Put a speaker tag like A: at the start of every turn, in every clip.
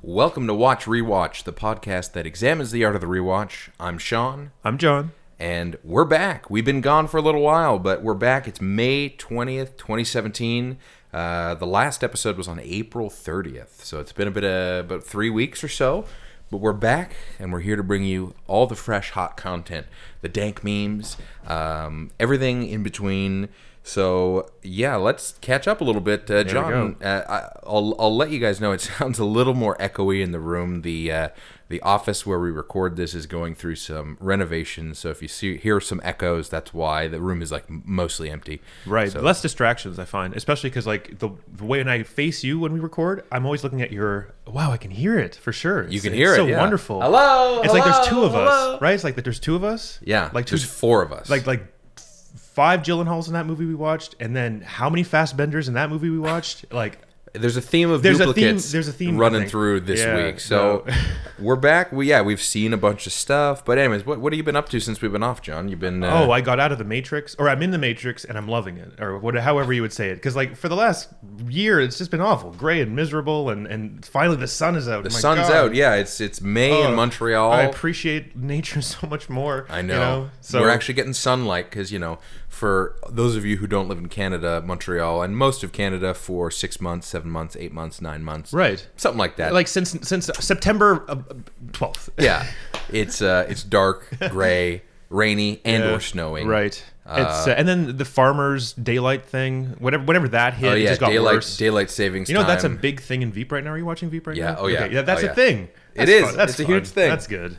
A: Welcome to Watch Rewatch, the podcast that examines the art of the rewatch. I'm Sean,
B: I'm John.
A: and we're back. We've been gone for a little while, but we're back. It's May 20th, 2017. Uh, the last episode was on April 30th, so it's been a bit of about three weeks or so. But we're back, and we're here to bring you all the fresh, hot content, the dank memes, um, everything in between. So yeah, let's catch up a little bit, uh, John. Uh, I, I'll I'll let you guys know. It sounds a little more echoey in the room. The uh, the office where we record this is going through some renovations, so if you see hear some echoes, that's why the room is like m- mostly empty.
B: Right.
A: So,
B: Less distractions, I find, especially because like the, the way when I face you when we record, I'm always looking at your. Wow, I can hear it for sure.
A: you can hear it.
B: So
A: yeah.
B: wonderful.
A: Hello.
B: It's like there's two
A: hello,
B: of
A: hello.
B: us, right? It's like that there's two of us.
A: Yeah.
B: Like two,
A: there's four of us.
B: like like five Gyllenhaals in that movie we watched, and then how many Fast Benders in that movie we watched? Like
A: There's a theme of
B: There's a theme-
A: duplicates.
B: there's a theme, I
A: running
B: think.
A: through this
B: Yeah,
A: week. So
B: no.
A: we're back. We yeah, we've seen a bunch of stuff. But anyways, what what have you been up to since we've been off, John? You've been uh,
B: oh, I got out of the Matrix, or I'm in the Matrix, and I'm loving it, or what, however you would say it. Because like for the last year, it's just been awful, gray and miserable, and and finally the sun is out.
A: the sun's out. Yeah, it's it's May in
B: Oh,
A: Montreal.
B: I appreciate nature so much more.
A: I
B: you
A: know.
B: So
A: We're actually getting sunlight because, you know, for those of you who don't live in Canada, Montreal, and most of Canada for six months, seven months, eight months, nine months.
B: right.
A: Something like that.
B: Like since since September twelfth.
A: yeah. It's uh, it's dark, gray, rainy, and or snowing.
B: Right. it's uh, and then the farmers daylight thing, whatever whenever that hit,
A: Oh,
B: it
A: yeah.
B: just got
A: Daylight,
B: worse.
A: daylight savings
B: you know that's a
A: time.
B: big thing in Veep right now. Are you watching Veep right
A: Yeah,
B: now?
A: oh, yeah,
B: Okay, yeah, that's
A: oh,
B: a
A: yeah.
B: thing.
A: It
B: That's
A: is,
B: fun, That's
A: it's a
B: fun,
A: huge thing.
B: That's good.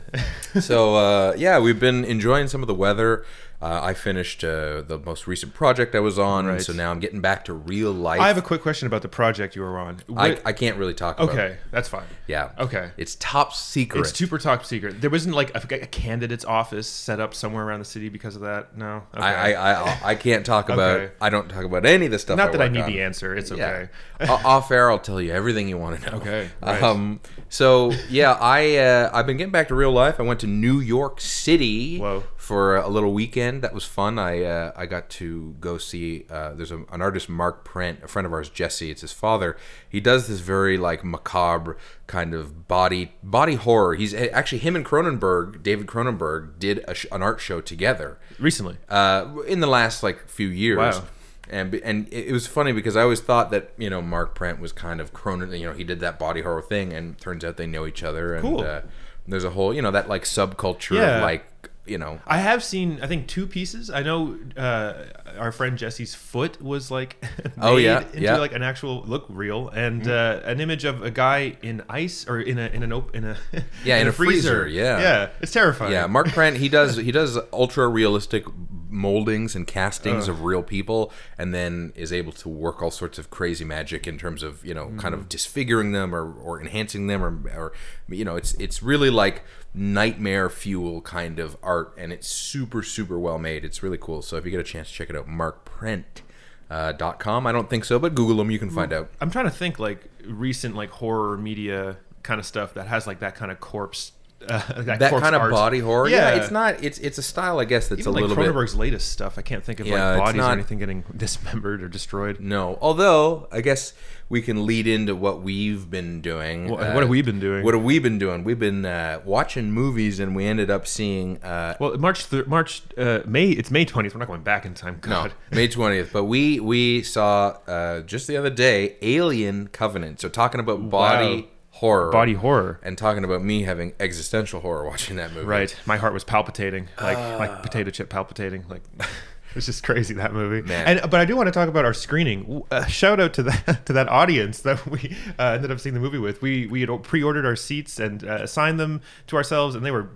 A: so uh, yeah, we've been enjoying some of the weather. Uh, I finished uh, the most recent project I was on,
B: Right.
A: so now I'm getting back to real life.
B: I have a quick question about the project you were on.
A: I,
B: What-
A: I can't really talk about.
B: okay, that's fine.
A: Yeah.
B: Okay.
A: It's top secret.
B: It's super top secret. There wasn't like a, a candidate's office set up somewhere around the city because of that. No. Okay.
A: I, I, I, I can't talk about.
B: Okay.
A: I don't talk about any of the stuff.
B: Not that I
A: work
B: need
A: on.
B: the answer. It's okay.
A: Yeah. O- Off air, I'll tell you everything you want to know.
B: Okay, right.
A: Um. So yeah, I uh, I've been getting back to real life. I went to New York City
B: Whoa.
A: for a little weekend. That was fun. I uh, I got to go see. Uh, there's a, an artist, Mark Prent, a friend of ours, Jesse. It's his father. He does this very like macabre kind of body body horror. He's actually him and Cronenberg, David Cronenberg, did a sh- an art show together
B: Recently.
A: uh, in the last like few years.
B: Wow.
A: And, and it it was funny because I always thought that you know Mark Prent was kind of Cronin, you know he did that body horror thing, and turns out they know each other. And
B: Cool.
A: uh, there's a whole you know that like subculture of
B: Yeah.
A: like you know
B: I have seen, I think, two pieces. I know uh, our friend Jesse's foot was like made
A: Oh, yeah,
B: into
A: yeah. Mm-hmm.
B: like an actual look real, and uh, an image of a guy in ice or in a in an op- in a
A: Yeah, in a freezer, yeah.
B: yeah, it's terrifying.
A: yeah Mark Prent he does he does ultra realistic moldings and castings
B: Uh.
A: of real people, and then is able to work all sorts of crazy magic in terms of you know kind
B: Mm.
A: of disfiguring them or, or enhancing them or or you know it's it's really like nightmare fuel kind of art, and it's super super well made. It's really cool. So if you get a chance to check it out, Mark Prent. Uh, dot com. I don't think so, but Google them. You can
B: Mm.
A: find out.
B: I'm trying to think like recent like horror media kind of stuff that has like that kind of corpse, uh, that,
A: That
B: corpse
A: kind of
B: art.
A: body horror. Yeah.
B: Yeah.
A: it's not. It's it's a style, I guess. That's
B: Even
A: a
B: like
A: little bit.
B: Cronenberg's latest stuff, I can't think of
A: Yeah,
B: like
A: it's
B: bodies
A: not-
B: or anything getting dismembered or destroyed.
A: No. Although I guess we can lead into what we've been doing. uh,
B: What- what have we been doing?
A: What have we been doing? We've been uh, watching movies, and we ended up seeing uh,
B: Well, March, th- March, uh, May. It's May 20th. We're not going back in time.
A: no,
B: God.
A: May twentieth. But we we saw uh, just the other day Alien Covenant. So talking about body
B: Wow.
A: horror,
B: Body horror.
A: and talking about me having existential horror watching that movie. Ah.
B: Right. My heart was palpitating, like like potato chip palpitating. Like it's just crazy that movie.
A: Man.
B: And but I do want to talk about our screening. W- Uh, shout out to that to that audience that we uh, ended up seeing the movie with. We we had pre-ordered our seats and uh, assigned them to ourselves, and they were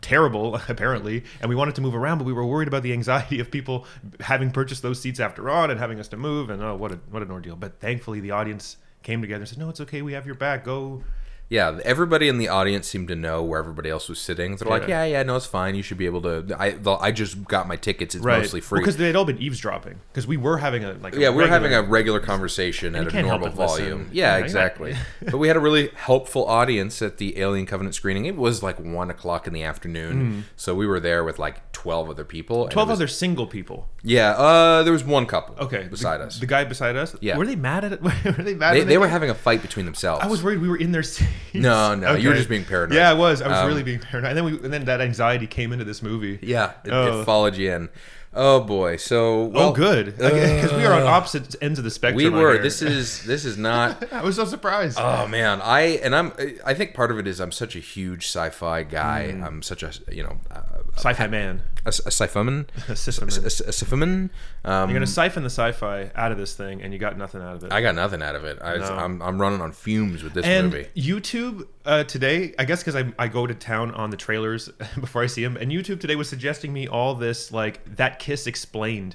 B: terrible apparently. And we wanted to move around, but we were worried about the anxiety of people having purchased those seats after on and having us to move. And oh, what a, what an ordeal! But thankfully, the audience came together and said, "No, it's okay. We have your back. Go."
A: Yeah, everybody in the audience seemed to know where everybody else was sitting. They're like, "Yeah,
B: Yeah.
A: yeah, no, it's fine. You should be able to." I, the- I just got my tickets. It's mostly free.
B: because they'd all been eavesdropping because we were having a like a
A: Yeah, we were having
B: regular-
A: a regular conversation at a
B: can't help
A: normal
B: but listen.
A: volume. Yeah,
B: Yeah, you're
A: exactly. but we had a really helpful audience at the Alien Covenant screening. It was like one o'clock in the afternoon, so we were there with like twelve other people. and it
B: Hmm. Twelve
A: was-
B: other single people.
A: Yeah, uh, there was one couple.
B: Okay, the-
A: beside us,
B: the guy beside us.
A: Yeah.
B: were they mad at it? were they mad?
A: they,
B: when
A: they were
B: got-
A: having a fight between themselves.
B: I was worried we were in their seats.
A: No, no, you were just being paranoid.
B: Yeah, I was. I was
A: Um,
B: really being paranoid. And then we, and then that anxiety came into this movie.
A: Yeah, it,
B: Oh.
A: it followed you in. Oh boy, so well,
B: oh, good. Because we are on opposite ends of the spectrum.
A: Uh, We
B: on
A: were.
B: here.
A: This is this is not.
B: I was so surprised.
A: Oh man, I and I'm. I think part of it is I'm such a huge sci-fi guy.
B: Hmm.
A: I'm such a you know a,
B: sci-fi man.
A: a, a sci-fi man.
B: A system.
A: A, a, a sci-fi man. Um,
B: You're gonna siphon the sci-fi out of this thing, and you got nothing out of it.
A: I got nothing out of it. I, I'm I'm running on fumes with this
B: and
A: movie.
B: YouTube uh, today, I guess because I, I go to town on the trailers before I see them, and YouTube today was suggesting me all this like that kiss explained.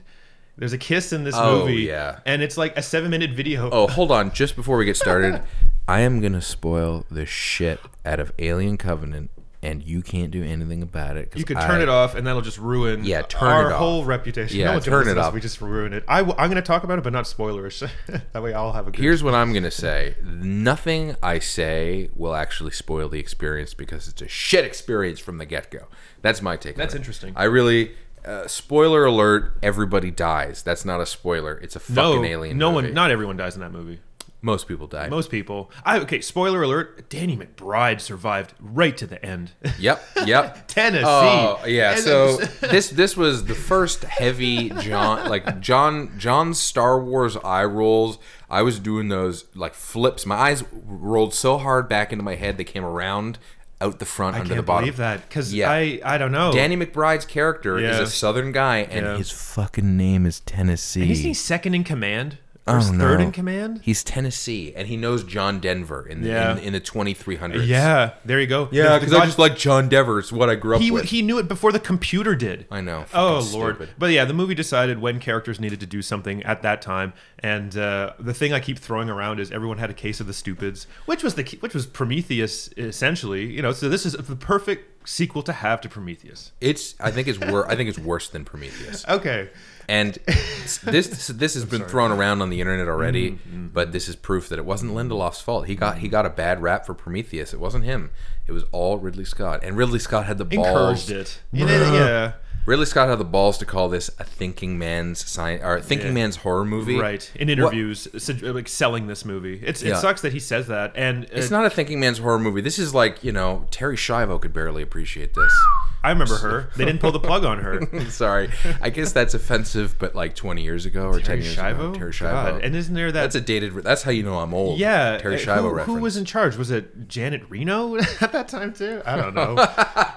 B: There's a kiss in this
A: Oh,
B: movie,
A: yeah.
B: and it's like a seven minute video.
A: Oh, hold on. Just before we get started, I am gonna spoil the shit out of Alien Covenant, and you can't do anything about it. 'cause
B: You could
A: I-
B: turn it off, and that'll just ruin
A: Yeah, turn
B: our
A: it off.
B: whole reputation.
A: Yeah,
B: no one's gonna
A: turn
B: listen
A: it
B: to this,
A: off.
B: We just ruin it. I, am going to talk about it, but not spoilerish. that way, I'll have a good.
A: Here's what I'm going to say. Nothing I say will actually spoil the experience because it's a shit experience from the get go. That's my take. on
B: That's
A: it.
B: interesting.
A: I really. Uh, spoiler alert, everybody dies. That's not a spoiler. It's a fucking
B: no,
A: alien.
B: no
A: movie.
B: one, not everyone dies in that movie.
A: Most people die.
B: Most people. I okay. Spoiler alert: Danny McBride survived right to the end.
A: Yep, yep.
B: Tennessee.
A: Oh yeah.
B: And
A: So
B: it's-
A: this this was the first heavy John like John John's Star Wars eye rolls. I was doing those like flips. My eyes rolled so hard back into my head they came around out the front
B: I
A: under
B: can't
A: the bottom.
B: believe that because
A: Yeah.
B: I I don't know.
A: Danny McBride's character is
B: Yeah.
A: a Southern guy, and
B: Yeah.
A: his fucking name is Tennessee.
B: isn't he second in command or
A: Oh,
B: third
A: no.
B: in command?
A: He's Tennessee, and he knows John Denver in the
B: Yeah.
A: in, in the twenty three hundreds.
B: Yeah, there you go.
A: yeah,
B: The- the
A: because I
B: God-
A: just like John Denver. It's what I grew up
B: he
A: with.
B: he knew it before the computer did.
A: I know.
B: Oh
A: Fucking
B: lord!
A: stupid.
B: But yeah, the movie decided when characters needed to do something at that time, and uh, the thing I keep throwing around is everyone had a case of the stupids, which was the key- which was Prometheus essentially. You know, so this is the perfect sequel to have to Prometheus.
A: It's I think it's wor- I think it's worse than Prometheus.
B: Okay,
A: And s- this this has been thrown around on the internet already,
B: Mm,
A: but this is proof that it wasn't Lindelof's fault. He got he got a bad rap for Prometheus. It wasn't him. It was all Ridley Scott. And Ridley Scott had the balls.
B: encouraged it. And then, yeah,
A: Ridley Scott had the balls to call this a thinking man's science or a thinking
B: Yeah.
A: man's horror movie.
B: right. In interviews, su- like selling this movie, it's, it
A: Yeah.
B: sucks that he says that, and
A: It's
B: uh,
A: not a thinking man's horror movie. This is like, you know, Terry Schiavo could barely appreciate this.
B: I remember her. They didn't pull the plug on her.
A: Sorry. I guess that's offensive, but like 20 years ago or 10
B: Terry
A: years ago.
B: Schiavo.
A: Terry Schiavo.
B: God. And isn't there that
A: that's a dated. That's how you know I'm old.
B: Yeah,
A: Terry
B: uh,
A: Schiavo
B: who,
A: reference.
B: Who was in charge? Was it Janet Reno at that time too? I don't know.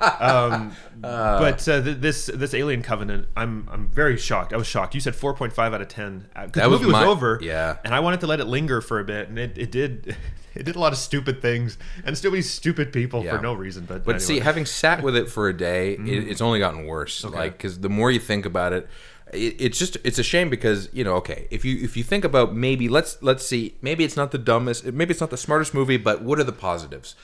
B: um, but uh, th- this this Alien Covenant, I'm I'm very shocked. I was shocked. You said 4.5 out of 10. Uh, 'cause the
A: was
B: movie was
A: my-
B: over.
A: yeah.
B: and I wanted to let it linger for a bit, and it, it did. It did a lot of stupid things and stupid stupid people
A: Yeah.
B: for no reason. But
A: But see,
B: anyway. Mm-hmm.
A: having sat with it for a day, it, it's only gotten worse. Like 'cause Like because the more you think about it, it, it's just it's a shame because you know okay if you if you think about maybe let's let's see maybe it's not the dumbest maybe it's not the smartest movie but what are the positives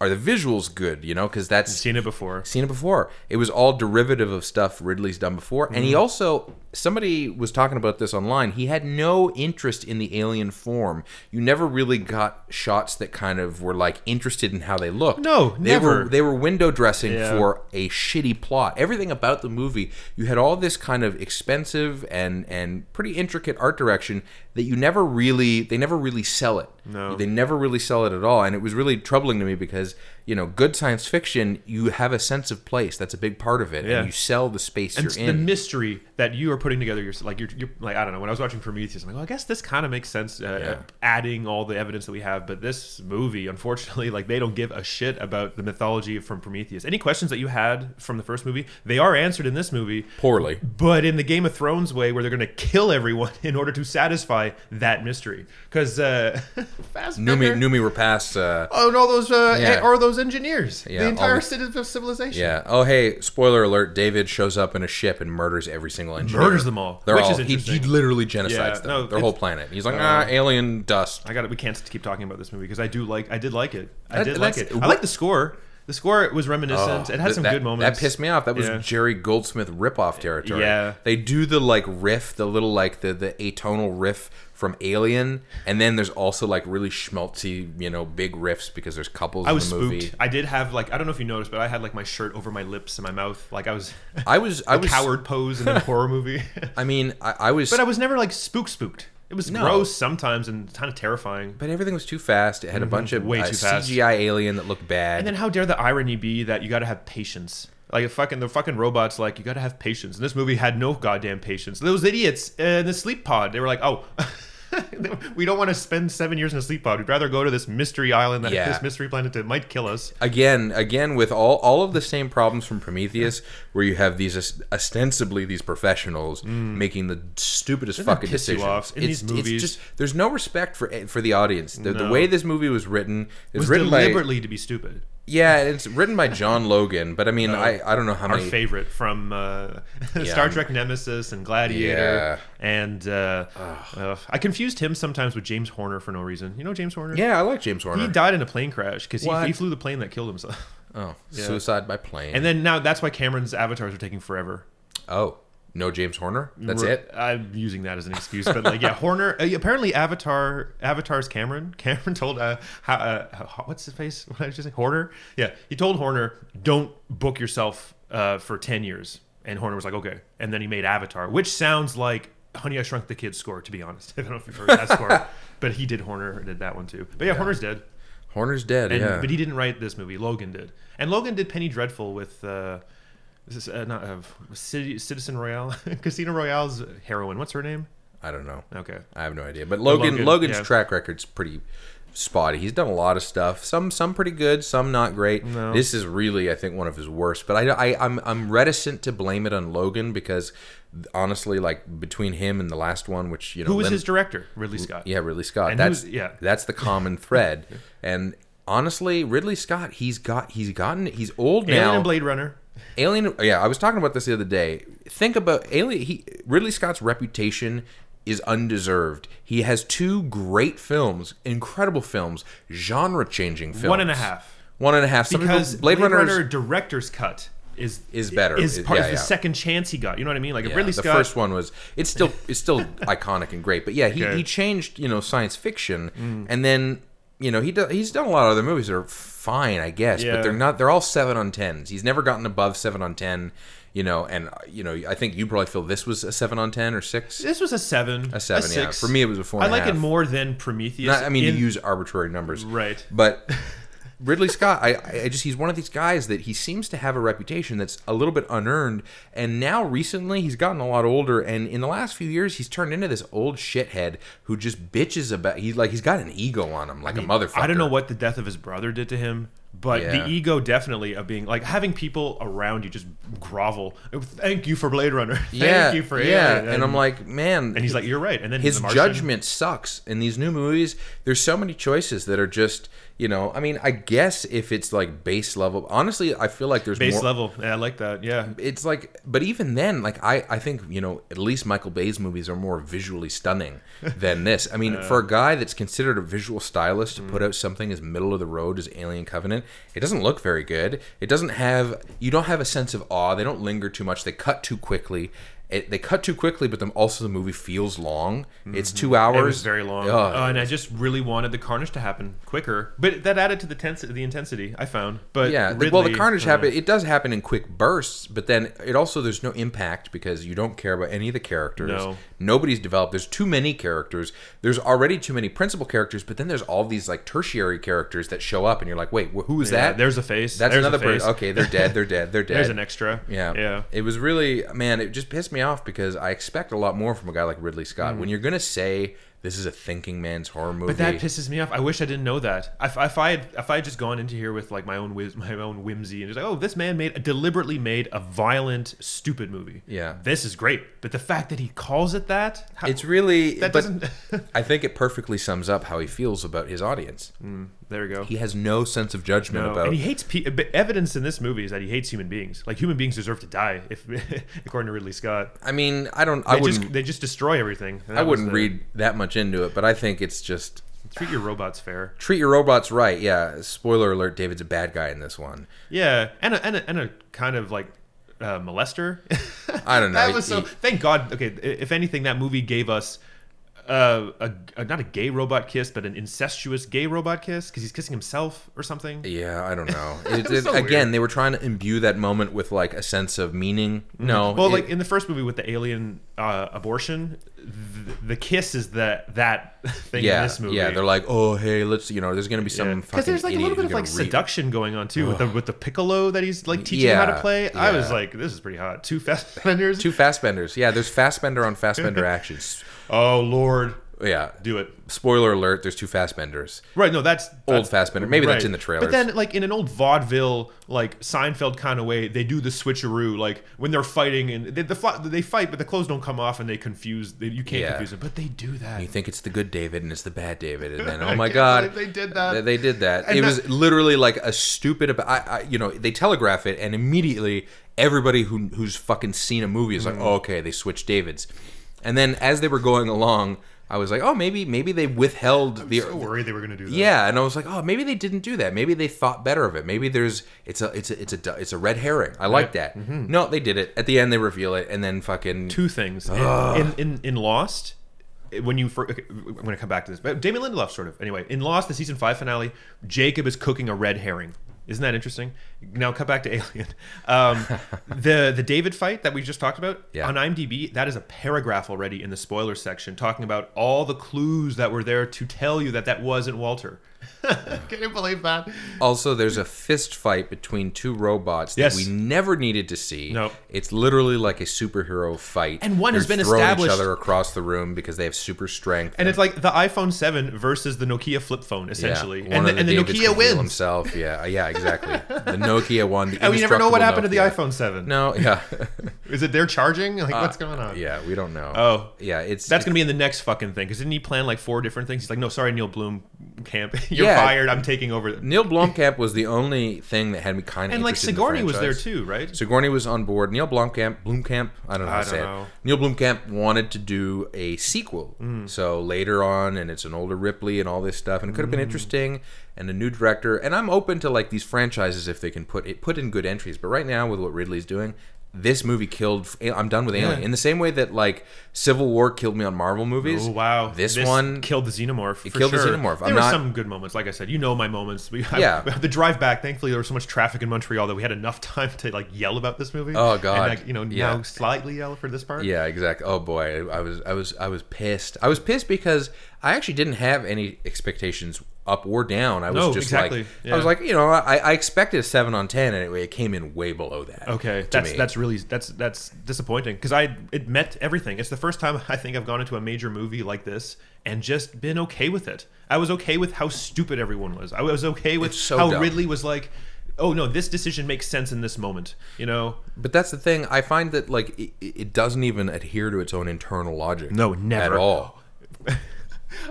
A: are the visuals good you know because that's
B: seen it before.
A: seen it before. It was all derivative of stuff Ridley's done before. And he
B: Mm-hmm.
A: also, somebody was talking about this online. He had no interest in the alien form. You never really got shots that kind of were like interested in how they looked.
B: No,
A: they
B: never.
A: Were, they were window dressing
B: Yeah.
A: for a shitty plot. Everything about the movie, you had all this kind of expensive and and pretty intricate art direction that you never really they never really sell it.
B: No.
A: They they never really sell it at all and it was really troubling to me because you know good science fiction you have a sense of place that's a big part of it
B: Yeah.
A: and you sell the space
B: And
A: you're
B: it's the
A: in
B: mystery that you are putting together yourself. Like you're, you're like I don't know. When I was watching Prometheus, I'm like, well, I guess this kind of makes sense. Uh,
A: Yeah.
B: Adding all the evidence that we have, but this movie, unfortunately, like they don't give a shit about the mythology from Prometheus. Any questions that you had from the first movie, they are answered in this movie.
A: poorly
B: But in the Game of Thrones way, where they're going to kill everyone in order to satisfy that mystery, because uh,
A: Numi,
B: Fassbender,
A: Numi Rapace, uh,
B: oh, and all those uh,
A: Yeah.
B: or those engineers,
A: Yeah,
B: the
A: all
B: entire
A: the-
B: city of civilization.
A: yeah. Oh, hey! Spoiler alert: David shows up in a ship and murders every single engineer.
B: Murders them all,
A: They're
B: which
A: all.
B: is
A: he, he
B: interesting.
A: literally genocides
B: Yeah,
A: them.
B: no,
A: their
B: it's- Oh.
A: whole planet. He's like, ah, alien dust.
B: I got it. We can't keep talking about this movie because I do like. I did like it. I
A: That-
B: did like
A: that's-
B: it. I like the score. The score was reminiscent. it had
A: That- Oh,
B: some
A: that-
B: good moments.
A: That pissed me off. That was
B: Yeah.
A: Jerry Goldsmith ripoff territory.
B: Yeah.
A: They do the like riff, the little like the the atonal riff from Alien, and then there's also like really schmaltzy, you know, big riffs because there's couples
B: I
A: in
B: was
A: the
B: spooked.
A: movie.
B: I did have like I don't know if you noticed, but I had like my shirt over my lips and my mouth. Like I was
A: I was I
B: a
A: was
B: coward pose in a horror movie.
A: I mean, I, I was
B: but I was never like spook spooked. It was
A: No.
B: gross sometimes and kind of terrifying.
A: but everything was too fast. It had a bunch of
B: Mm-hmm. way
A: uh,
B: too fast.
A: CGI alien that looked bad.
B: And then how dare the irony be that you got to have patience. Like a fucking the fucking robots like you got to have patience. And this movie had no goddamn patience. Those idiots uh, in the sleep pod, they were like, "Oh, we don't want to spend 7 years in a sleep pod. We'd rather go to this mystery island that
A: Yeah.
B: this mystery planet that might kill us."
A: again again with all all of the same problems from prometheus where you have these os- ostensibly these professionals making the stupidest fucking
B: Mm. piss you
A: decisions
B: off in
A: it's,
B: these
A: it's
B: movies?
A: just there's no respect for eh, for the audience the, the
B: No.
A: way this movie was written
B: It
A: is
B: was
A: written by
B: deliberately to be stupid.
A: yeah it's written by john logan but i mean i i don't know how
B: our
A: many
B: favorite from uh,
A: Yeah.
B: Star Trek Nemesis and Gladiator.
A: Yeah.
B: And uh, uh, I confused him sometimes with James Horner for no reason. You know James Horner?
A: yeah i like james horner
B: He died in a plane crash because he,
A: What?
B: he flew the plane that killed himself.
A: oh suicide by plane
B: And then now that's why Cameron's avatars are taking forever.
A: oh no james horner that's
B: We're-
A: it
B: I'm using that as an excuse, but like, yeah, Horner. Uh, apparently, Avatar, Avatar's Cameron. Cameron told, uh, how, uh, how- what's his face? What did I just say? Horner. Yeah, he told Horner, don't book yourself uh, for ten years, and Horner was like, okay. And then he made Avatar, which sounds like Honey I Shrunk the Kids score. To be honest, I don't know if you've heard that score, but he did. Horner did that one too. But yeah, Horner's dead,
A: horner's dead
B: and,
A: yeah
B: but he didn't write this movie. Logan did, and Logan did Penny Dreadful with. Uh, this is uh, not uh, City, Citizen Royale, Casino Royale's heroine. What's her name?
A: i don't know
B: Okay.
A: I have no idea. But Logan,
B: Logan,
A: Logan's
B: yeah.
A: track record's pretty spotty. He's done a lot of stuff. Some some pretty good, some not great.
B: No.
A: This is really, I think, one of his worst. But I, I I'm I'm reticent to blame it on Logan because honestly, like between him and the last one, which you know,
B: Who was
A: Lin-
B: his director? Ridley Scott.
A: yeah, Ridley Scott.
B: And
A: that's
B: who's- yeah.
A: that's the common thread. and honestly, Ridley Scott, he's got he's gotten he's old
B: Alien
A: now.
B: and Blade Runner.
A: Alien. Yeah, I was talking about this the other day. Think about Alien. He, Ridley Scott's reputation is undeserved. He has two great films, incredible films, genre-changing films.
B: One and a half.
A: One and a half. Some
B: Because
A: people, Blade, Runner. is-
B: director's cut is
A: is better.
B: Is
A: Is-
B: part
A: yeah,
B: of the
A: yeah.
B: second chance he got. You know what I mean? Like if
A: yeah,
B: Ridley
A: the
B: Scott.
A: first one was it's still it's still iconic and great, but yeah, he,
B: Okay.
A: he changed you know science fiction,
B: Mm.
A: and then you know he do, he's done a lot of other movies that are fine, I guess,
B: Yeah.
A: but they're not they're all seven on tens. He's never gotten above seven on ten, you know, and uh, you know I think you probably feel this was a seven on ten or six.
B: This was a seven.
A: A seven, yeah.
B: six.
A: For me, it was a four
B: I
A: and a
B: like it
A: half.
B: more than Prometheus.
A: Not- I mean,
B: in-
A: you use arbitrary numbers,
B: Right.
A: But Ridley Scott, I, I just he's one of these guys that he seems to have a reputation that's a little bit unearned. And now recently, he's gotten a lot older, and in the last few years, he's turned into this old shithead who just bitches about. He's like he's got an ego on him, like a motherfucker.
B: I don't know what the death of his brother did to him, but
A: Yeah.
B: the ego definitely of being like having people around you just grovel. "Oh, Thank you for Blade Runner. Thank
A: Yeah,
B: you for
A: yeah.
B: Alien.
A: And, I'm like, man,
B: and he's like, you're right. And then
A: his
B: The Martian-
A: judgment sucks in these new movies there's so many choices that are just you know i mean i guess if it's like base level honestly i feel like there's
B: base
A: more
B: level. Yeah, I like that. Yeah,
A: it's like but even then like i i think you know at least michael bay's movies are more visually stunning than this i mean for a guy that's considered a visual stylist to
B: Mm.
A: put out something as middle of the road as alien covenant it doesn't look very good it doesn't have you don't have a sense of awe they don't linger too much they cut too quickly it, they cut too quickly but then also the movie feels long it's two hours
B: Mm-hmm. It was very long,
A: Ugh.
B: Uh, and I just really wanted the carnage to happen quicker. But that added to the tens- the intensity I found. But
A: yeah, the-
B: Ridley,
A: well, the carnage
B: uh,
A: happen. It does happen in quick bursts, but then it also there's no impact because you don't care about any of the characters.
B: No.
A: Nobody's developed. There's too many characters. There's already too many principal characters, but then there's all these like tertiary characters that show up, and you're like, wait, wh- who is
B: yeah,
A: that?
B: There's a face.
A: That's
B: there's
A: another
B: a face.
A: person. Okay, they're dead. They're dead. They're dead.
B: There's an extra.
A: Yeah.
B: yeah.
A: It was really, man, it just pissed me off because I expect a lot more from a guy like Ridley Scott. When you're going to say this is a thinking man's horror movie.
B: Hmm. But that pisses me off. I wish I didn't know that. If, if I had, if I had just gone into here with like my own whiz, my own whimsy, and just like, oh, this man made deliberately made a violent, stupid movie.
A: Yeah.
B: this is great. But the fact that he calls it that, how,
A: it's really,
B: that
A: but
B: doesn't.
A: I think it perfectly sums up how he feels about his audience.
B: there we go.
A: He has no sense of judgment
B: Mm. No,
A: about.
B: And he hates pe- but evidence in this movie is that he hates human beings. Like human beings deserve to die, if according to Ridley Scott.
A: I mean, I don't. I
B: They
A: wouldn't.
B: just they just destroy everything. That
A: I
B: was
A: wouldn't
B: the-
A: read that much into it, but I think it's just
B: Treat your robots fair.
A: Treat your robots right. Yeah. Spoiler alert: David's a bad guy in this one.
B: Yeah, and a, and a, and a kind of like uh, molester.
A: I don't know.
B: that was so. Thank God. Okay, i- if anything, that movie gave us. Uh, a, a not a gay robot kiss, but an incestuous gay robot kiss because he's kissing himself or something.
A: Yeah, I don't know. It,
B: was
A: it-
B: so
A: again, they were trying to imbue that moment with like a sense of meaning. No,
B: Mm-hmm. Well,
A: it-
B: like in the first movie with the alien uh, abortion, th- the kiss is the that thing
A: yeah,
B: in this movie.
A: yeah, they're like, oh hey, let's you know, there's gonna be some fucking
B: because there's like a little
A: idiot
B: bit of
A: who's
B: like
A: gonna re-
B: seduction going on too with the with the piccolo that he's like teaching how to
A: Yeah,
B: play. I was
A: yeah.
B: like, this is pretty hot. Two fastbenders.
A: Two Fastbenders. Yeah, there's Fastbender on Fastbender actions.
B: Oh lord,
A: Yeah.
B: do it.
A: Spoiler alert, there's two Fastbenders.
B: Right, no, that's,
A: Old
B: that's
A: Fastbender. Maybe that's
B: Uh, right.
A: in the trailers.
B: But then, like in an old vaudeville, like Seinfeld kind of way, they do the switcheroo, like when they're fighting and they, the fi- they fight, but the clothes don't come off and they confuse. They, you can't
A: Yeah.
B: confuse them, but they do that.
A: you think it's the good David and it's the bad David, and then oh
B: I
A: my
B: can't
A: god,
B: believe they did that.
A: They, they did that.
B: And
A: it
B: that-
A: was literally like a stupid. ab- I, I, you know, they telegraph it, and immediately everybody who who's fucking seen a movie
B: Mm-hmm.
A: is like, oh, okay, they switched Davids, and then as they were going along, I was like, oh, maybe maybe they withheld the
B: so worried they were going to do that.
A: yeah, and I was like, oh, maybe they didn't do that. Maybe they thought better of it. Maybe there's it's a it's a it's a du- it's a red herring. I like that. No, they did it. At the end, they reveal it, and then fucking
B: Mm-hmm. two things in, in in Lost. When you, fir- okay, I'm going to come back to this, but Damon Lindelof sort of anyway in Lost the season five finale, Jacob is cooking a red herring. Isn't that interesting? Now cut back to Alien. Um, the the David fight that we just talked about
A: Yeah.
B: on IMDb that is a paragraph already in the spoiler section talking about all the clues that were there to tell you that that wasn't Walter. Can you believe that?
A: Also, there's a fist fight between two robots that
B: Yes.
A: we never needed to see.
B: Nope.
A: It's literally like a superhero fight.
B: And one has
A: They're
B: been
A: throwing
B: established-
A: each other across the room because they have super strength.
B: And it's like the iPhone seven versus the Nokia flip phone
A: Yeah,
B: essentially,
A: one
B: and
A: of
B: the, and the
A: Davids can
B: Nokia
A: heal
B: wins.
A: himself. Yeah, uh, yeah, exactly. The Nokia one. The
B: And we never know
A: indestructible
B: what happened
A: Nokia.
B: to the iPhone seven.
A: No, yeah,
B: Is it they're charging? Like, what's going on?
A: Uh, yeah. We don't know.
B: Oh.
A: yeah. It's
B: That's going to be in the next fucking thing. Because didn't he plan like four different things? He's like, no, sorry, Neil Bloom camp. You're
A: Yeah.
B: fired. I'm taking over. And
A: Neil Blomkamp was the only thing that had me kind of
B: like Sigourney was there too, right?
A: Sigourney was on board. Neil Blomkamp, Blomkamp, I don't know how
B: I
A: to say
B: don't know.
A: it. Neil Blomkamp wanted to do a sequel.
B: Mm.
A: So later on, and it's an older Ripley and all this stuff, and it could
B: Mm.
A: have been interesting. And a new director. And I'm open to like these franchises if they can put it put in good entries. But right now, with what Ridley's doing, this movie killed. I'm done with Alien. In the same way that like Civil War killed me on Marvel movies.
B: Oh wow!
A: This, one
B: killed the xenomorph. It
A: killed the xenomorph.
B: There
A: I'm
B: were
A: not-
B: some good moments. Like I said, you know my moments. We, I-
A: Yeah.
B: the drive back. Thankfully, there was so much traffic in Montreal that we had enough time to like yell about this movie.
A: Oh, God.
B: And, like, you know
A: Yeah.
B: now slightly yell for this part.
A: Yeah, exactly. Oh boy, I was I was I was pissed. I was pissed because I actually didn't have any expectations up or down. I was
B: No,
A: just
B: exactly.
A: like
B: Yeah.
A: I was like, you know, I, I expected a seven on ten and it, it came in way below that.
B: Okay,
A: to
B: that's
A: me.
B: that's really that's that's disappointing because I it met everything. It's the first time I think I've gone into a major movie like this and just been okay with it. I was okay with how stupid everyone was. I was okay with
A: It's so
B: how
A: dumb.
B: Ridley was like, "Oh no, this decision makes sense in this moment." You know?
A: But that's the thing. I find that like it, it doesn't even adhere to its own internal logic.
B: No, never.
A: at all.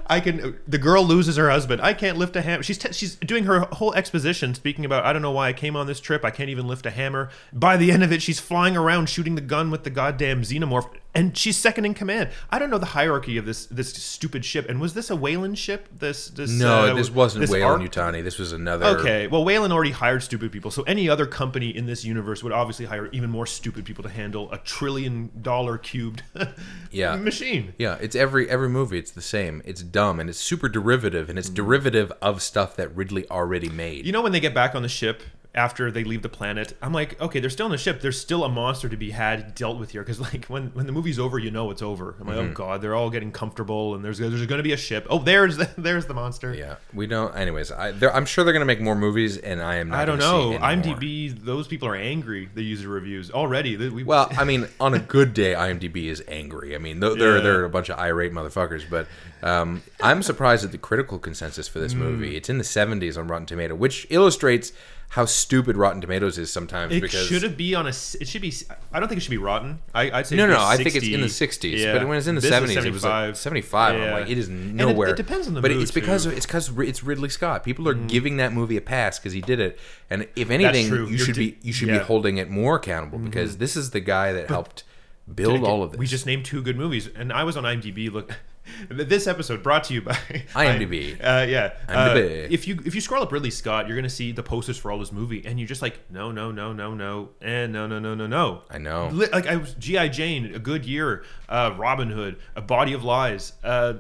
B: I can. The girl loses her husband. I can't lift a hammer. She's t- she's doing her whole exposition, speaking about I don't know why I came on this trip. I can't even lift a hammer. By the end of it, she's flying around shooting the gun with the goddamn xenomorph, and she's second in command. I don't know the hierarchy of this this stupid ship. And was this a Whalen ship? This this
A: No,
B: uh,
A: this wasn't
B: this
A: Whalen
B: arc?
A: Utani. This was another.
B: Okay, well, Whalen already hired stupid people, so any other company in this universe would obviously hire even more stupid people to handle a trillion dollar cubed
A: Yeah.
B: machine.
A: Yeah, it's every every movie. It's the same. It's dumb and it's super derivative
B: Mm.
A: and it's derivative of stuff that Ridley already made.
B: You know when they get back on the ship after they leave the planet, I'm like, okay, they're still on the ship. There's still a monster to be had dealt with here because like when when the movie's over, you know it's over. I'm like,
A: Mm-hmm.
B: oh god, they're all getting comfortable and there's there's going to be a ship. Oh, there's the, there's the monster.
A: Yeah, we don't. Anyways, I, they're- I'm sure they're gonna make more movies, and I am. Not
B: I don't
A: gonna see
B: know.
A: any more.
B: IMDb, those people are angry. The user reviews already. They- We,
A: Well, I mean, on a good day, IMDb is angry. I mean, th- they're
B: Yeah.
A: they're a bunch of irate motherfuckers. But um, I'm surprised at the critical consensus for this
B: Mm.
A: movie. It's in the 70s on Rotten Tomato, which illustrates how stupid Rotten Tomatoes is sometimes.
B: it
A: because
B: should have be on a. s- It should be. I don't think it should be rotten. I, I'd say
A: no,
B: it
A: no,
B: should
A: no,
B: be
A: I think it's in the
B: 60.
A: '60s,
B: Yeah.
A: but when it's in the
B: This is
A: '70s, it was like 75. and I'm like,
B: Yeah.
A: it is
B: And
A: nowhere.
B: It, it depends on the
A: but
B: mood,
A: it's because
B: too. Mm.
A: of, it's because it's Ridley Scott. People are giving that movie a pass because he did it, and if anything,
B: true.
A: you
B: You're
A: should
B: di-
A: be you should
B: yeah. Mm-hmm.
A: be holding it more accountable because this is the guy that helped build all of this.
B: We just named two good movies, and I was on IMDb. Look, This episode brought to you by
A: IMDb.
B: Uh, yeah,
A: IMDb.
B: Uh, if you if you scroll up Ridley Scott, you're gonna see the posters for all his movie, and you're just like, no, no, no, no, no, and no, no, no, no, no.
A: I know.
B: Li- Like I was GI Jane, A Good Year, uh, Robin Hood, A Body of Lies. Uh,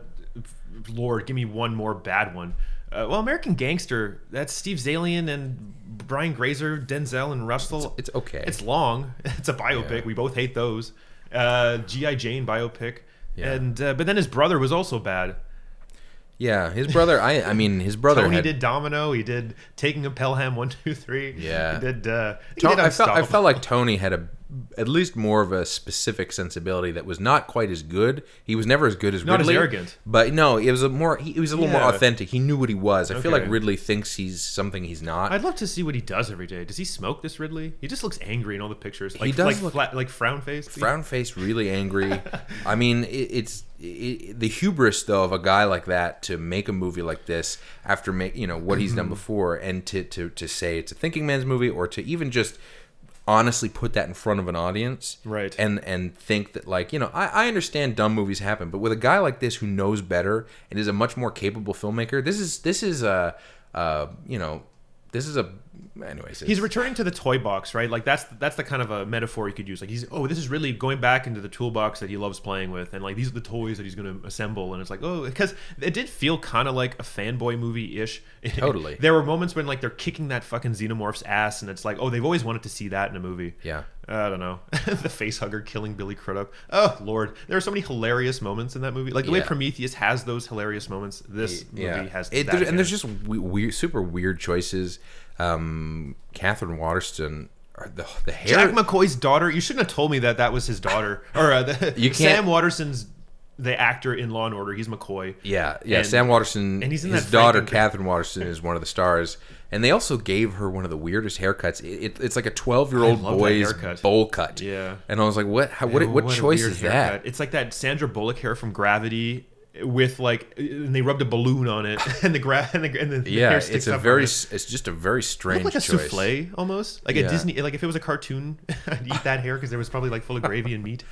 B: Lord, give me one more bad one. Uh, well, American Gangster. That's Steve Zalian and Brian Grazer, Denzel and Russell.
A: It's okay.
B: It's long. It's a biopic. We both hate those. Uh, GI Jane biopic.
A: Yeah.
B: And uh, but then his brother was also bad.
A: yeah, his brother. I I mean, his brother.
B: Tony
A: had,
B: did Domino. He did Taking a Pelham. One, two, three.
A: Yeah.
B: He did. Uh, he
A: Tom-
B: did
A: I felt I
B: Unstoppable.
A: felt like Tony had a at least more of a specific sensibility that was not quite as good. He was never as good as
B: Not as
A: Ridley,
B: arrogant.
A: but no, it was a more. He, he was a little
B: Yeah.
A: more authentic. He knew what he was. I feel
B: Okay.
A: like Ridley thinks he's something he's not.
B: I'd love to see what he does every day. Does he smoke this Ridley? He just looks angry in all the pictures. Like,
A: does
B: like
A: look-
B: flat, like frown face.
A: Frown face, really angry. I mean, it, it's it, the hubris though of a guy like that to make a movie like this after make you know what he's done before, and to to to say it's a thinking man's movie, or to even just honestly put that in front of an audience,
B: Right.
A: And and think that like you know I, I understand dumb movies happen, but with a guy like this who knows better and is a much more capable filmmaker, this is this is a uh you know this is a anyways
B: He's
A: it's-
B: returning to the toy box, right? Like that's that's the kind of a metaphor you could use. Like he's oh, this is really going back into the toolbox that he loves playing with, and like these are the toys that he's going to assemble. And it's like oh, because it did feel kind of like a fanboy movie ish.
A: Totally.
B: there were moments when like they're kicking that fucking xenomorph's ass, and it's like oh, they've always wanted to see that in a movie.
A: yeah.
B: I don't know. the face hugger killing Billy Crudup. Oh Lord, there are so many hilarious moments in that movie. Like the way
A: Yeah.
B: Prometheus has those hilarious moments, this movie has
A: It-
B: that.
A: there- and
B: again.
A: there's just we, weird, super weird choices. Um, Catherine Waterston, or the the hair.
B: Jack McCoy's daughter. You shouldn't have told me that that was his daughter. Or uh, the,
A: You can't-
B: Sam Waterson's the actor in Law and Order. He's McCoy.
A: yeah, yeah.
B: and-
A: Sam Waterston
B: and he's in
A: his
B: that
A: daughter
B: Franken-
A: Catherine Waterston is one of the stars, and they also gave her one of the weirdest haircuts. It, it, it's like a twelve year old
B: I love that
A: boy's
B: haircut.
A: bowl cut.
B: Yeah.
A: and I was like, what? How, what?
B: Oh,
A: what
B: a
A: choice
B: weird
A: is
B: haircut.
A: that?
B: It's like that Sandra Bullock hair from Gravity. With like, and they rubbed a balloon on it, and the gra- and the, and the, the
A: Yeah,
B: hair sticks
A: it's a
B: up
A: very,
B: on it.
A: s- it's just a very strange
B: Looked like a
A: choice.
B: souffle almost, like
A: Yeah.
B: a Disney. Like if it was a cartoon, I'd eat that hair because there was probably like full of gravy and meat.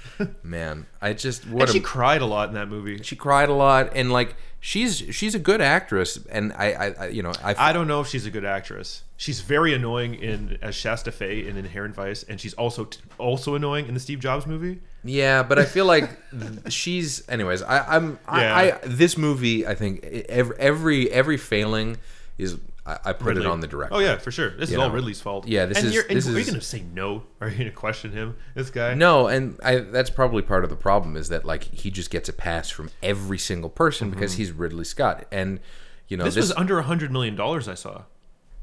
A: Man, I just what
B: and
A: a
B: she cried a lot in that movie.
A: she cried a lot, and like she's she's a good actress, and I, I, I you know, I
B: I don't know if she's a good actress. She's very annoying in as Shasta Fay in Inherent Vice, and she's also also annoying in the Steve Jobs movie.
A: Yeah, but I feel like th- she's. Anyways, I, I'm. I,
B: Yeah.
A: I this movie, I think every every, every failing is. I, I put
B: Ridley.
A: it on the director.
B: Oh yeah, for sure. This is all
A: know.
B: Ridley's fault.
A: Yeah, this
B: and
A: is-
B: You're, and
A: this
B: are you
A: is-
B: gonna say no? Are you gonna question him? This guy.
A: No, and I, that's probably part of the problem is that like he just gets a pass from every single person because he's Ridley Scott, and you know
B: Mm-hmm. this,
A: this,
B: was under a hundred million dollars. I saw.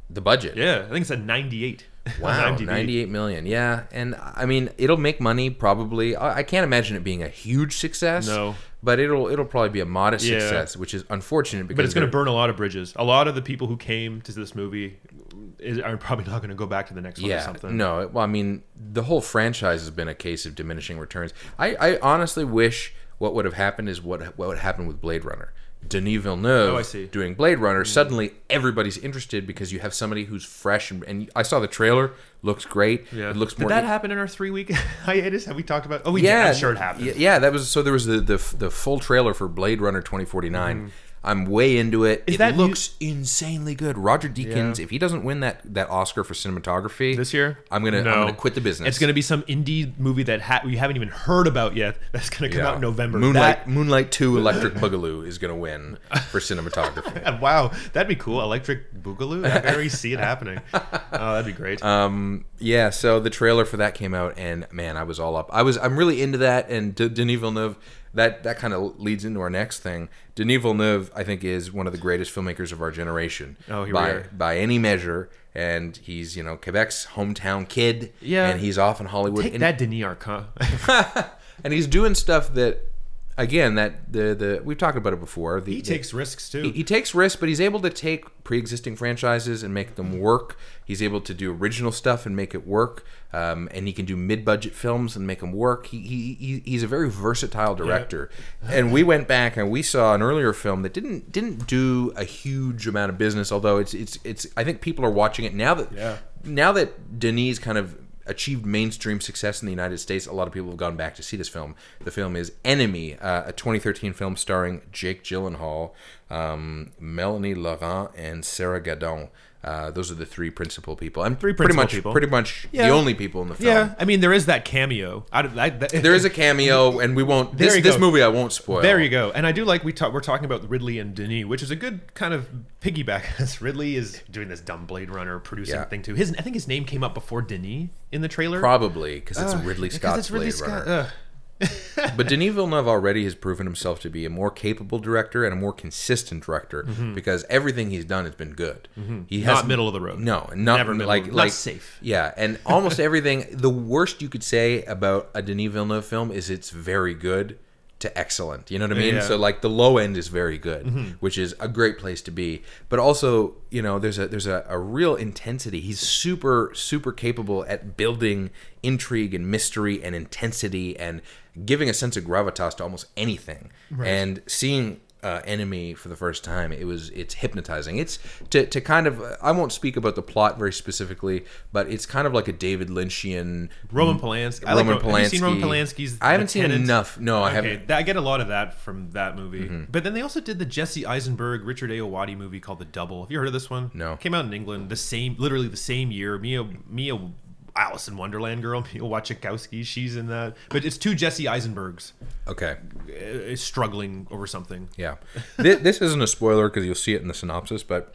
A: the budget.
B: Yeah, I think it's at ninety-eight. on
A: Wow,
B: IMDb.
A: 98 million. Yeah, and I mean it'll make money probably. I, I can't imagine it being a huge success.
B: No.
A: but it'll it'll probably be a modest
B: Yeah.
A: success, which is unfortunate because
B: But it's going
A: they're-
B: to burn a lot of bridges. A lot of the people who came to this movie is, are probably not going to go back to the next one or something.
A: No, well, I mean, the whole franchise has been a case of diminishing returns. I, I honestly wish what would have happened is what what would happen with Blade Runner. Denis Villeneuve
B: Oh, I see. Mm-hmm.
A: doing Blade Runner, suddenly everybody's interested because you have somebody who's fresh and, and I saw the trailer, looks great.
B: Yeah.
A: It looks
B: Did
A: more
B: that happen in our three week hiatus? Have we talked about? Oh, we
A: yeah,
B: yeah, did. I'm sure it happened.
A: y- Yeah, that was so there was the the, the full trailer for Blade Runner 2049. I'm way into it. it
B: Mm-hmm. that mu-
A: looks insanely good. Roger Deakins, if he doesn't win that that Oscar for cinematography
B: This year?
A: I'm gonna
B: No.
A: I'm gonna quit the business.
B: It's going to be some indie movie that ha- we haven't even heard about yet. That's going to come
A: Yeah.
B: out in November.
A: Moonlight Moonlight Two Electric Boogaloo is gonna win for cinematography.
B: That, wow, that'd be cool. Electric Boogaloo. I can already see it happening. Oh, that'd be great.
A: Um, yeah, so the trailer for that came out, and man, I was all up. I was I'm really into that, and D- Denis Villeneuve. That that kind of leads into our next thing. Denis Villeneuve, I think, is one of the greatest filmmakers of our generation.
B: Oh, here we
A: by
B: are.
A: by any measure, and he's you know Quebec's hometown kid.
B: Yeah.
A: and he's off in Hollywood.
B: Take
A: and
B: that Denis Arc, huh?
A: and he's doing stuff that, again, that the the we've talked about it before. The,
B: he takes risks too.
A: he takes risks, but he's able to take pre-existing franchises and make them work. He's able to do original stuff and make it work, um, and he can do mid-budget films and make them work. He, he, he he's a very versatile director. and we went back and we saw an earlier film that didn't didn't do a huge amount of business, although it's it's it's. I think people are watching it now that
B: Yeah.
A: now that Denis kind of achieved mainstream success in the United States, a lot of people have gone back to see this film. The film is Enemy, uh, a 2013 film starring Jake Gyllenhaal, um, Melanie Laurent, and Sarah Gadon. Uh, those are the three principal people. I'm
B: Three
A: pretty
B: principal
A: much
B: people.
A: pretty much
B: Yeah.
A: the only people in the film.
B: Yeah, I mean there is that cameo. I, don't- I, that,
A: There is a cameo, and we won't. This,
B: There you
A: this
B: go.
A: movie I won't spoil.
B: There you go. And I do like we talk, we're talking about Ridley and Denis, which is a good kind of piggyback. As Ridley is doing this dumb Blade Runner producing
A: Yeah.
B: thing too. His I think his name came up before Denis in the trailer.
A: Probably because it's
B: Ugh,
A: Ridley
B: because
A: Scott's
B: it's Ridley
A: Blade
B: Scott.
A: Runner.
B: Ugh.
A: but Denis Villeneuve already has proven himself to be a more capable director and a more consistent director because everything he's done has been good. He
B: Mm-hmm. Not
A: hasn't-
B: middle of the road.
A: No, and not
B: Never middle
A: like
B: of the road.
A: like
B: Not safe.
A: Yeah, and almost everything. The worst you could say about a Denis Villeneuve film is it's very good to excellent. You know what I mean?
B: Yeah.
A: So like the low end is very good,
B: Mm-hmm.
A: which is a great place to be. But also, you know, there's a there's a, a real intensity. He's super super capable at building intrigue and mystery and intensity and giving a sense of gravitas to almost anything. And seeing uh, enemy for the first time it was it's hypnotizing it's to, to kind of i won't speak about the plot very specifically but it's kind of like a david lynchian
B: Roman Polanski. I
A: roman
B: like,
A: polanski
B: Ro- Have you seen Roman Polanski's?
A: i haven't
B: The
A: seen
B: Tenant?
A: enough Mm-hmm. no i
B: Okay,
A: haven't
B: that, I get a lot of that from that movie. But then they also did the Jesse Eisenberg, Richard Ayoade movie called The Double. Have you heard of this one?
A: No.
B: Came out in England the same, literally the same year. Mia, Mia, Alice in Wonderland girl, Mia Wachikowski. She's in that. But it's two Jesse Eisenbergs
A: okay
B: uh, struggling over something.
A: Yeah. this, this isn't a spoiler because you'll see it in the synopsis, but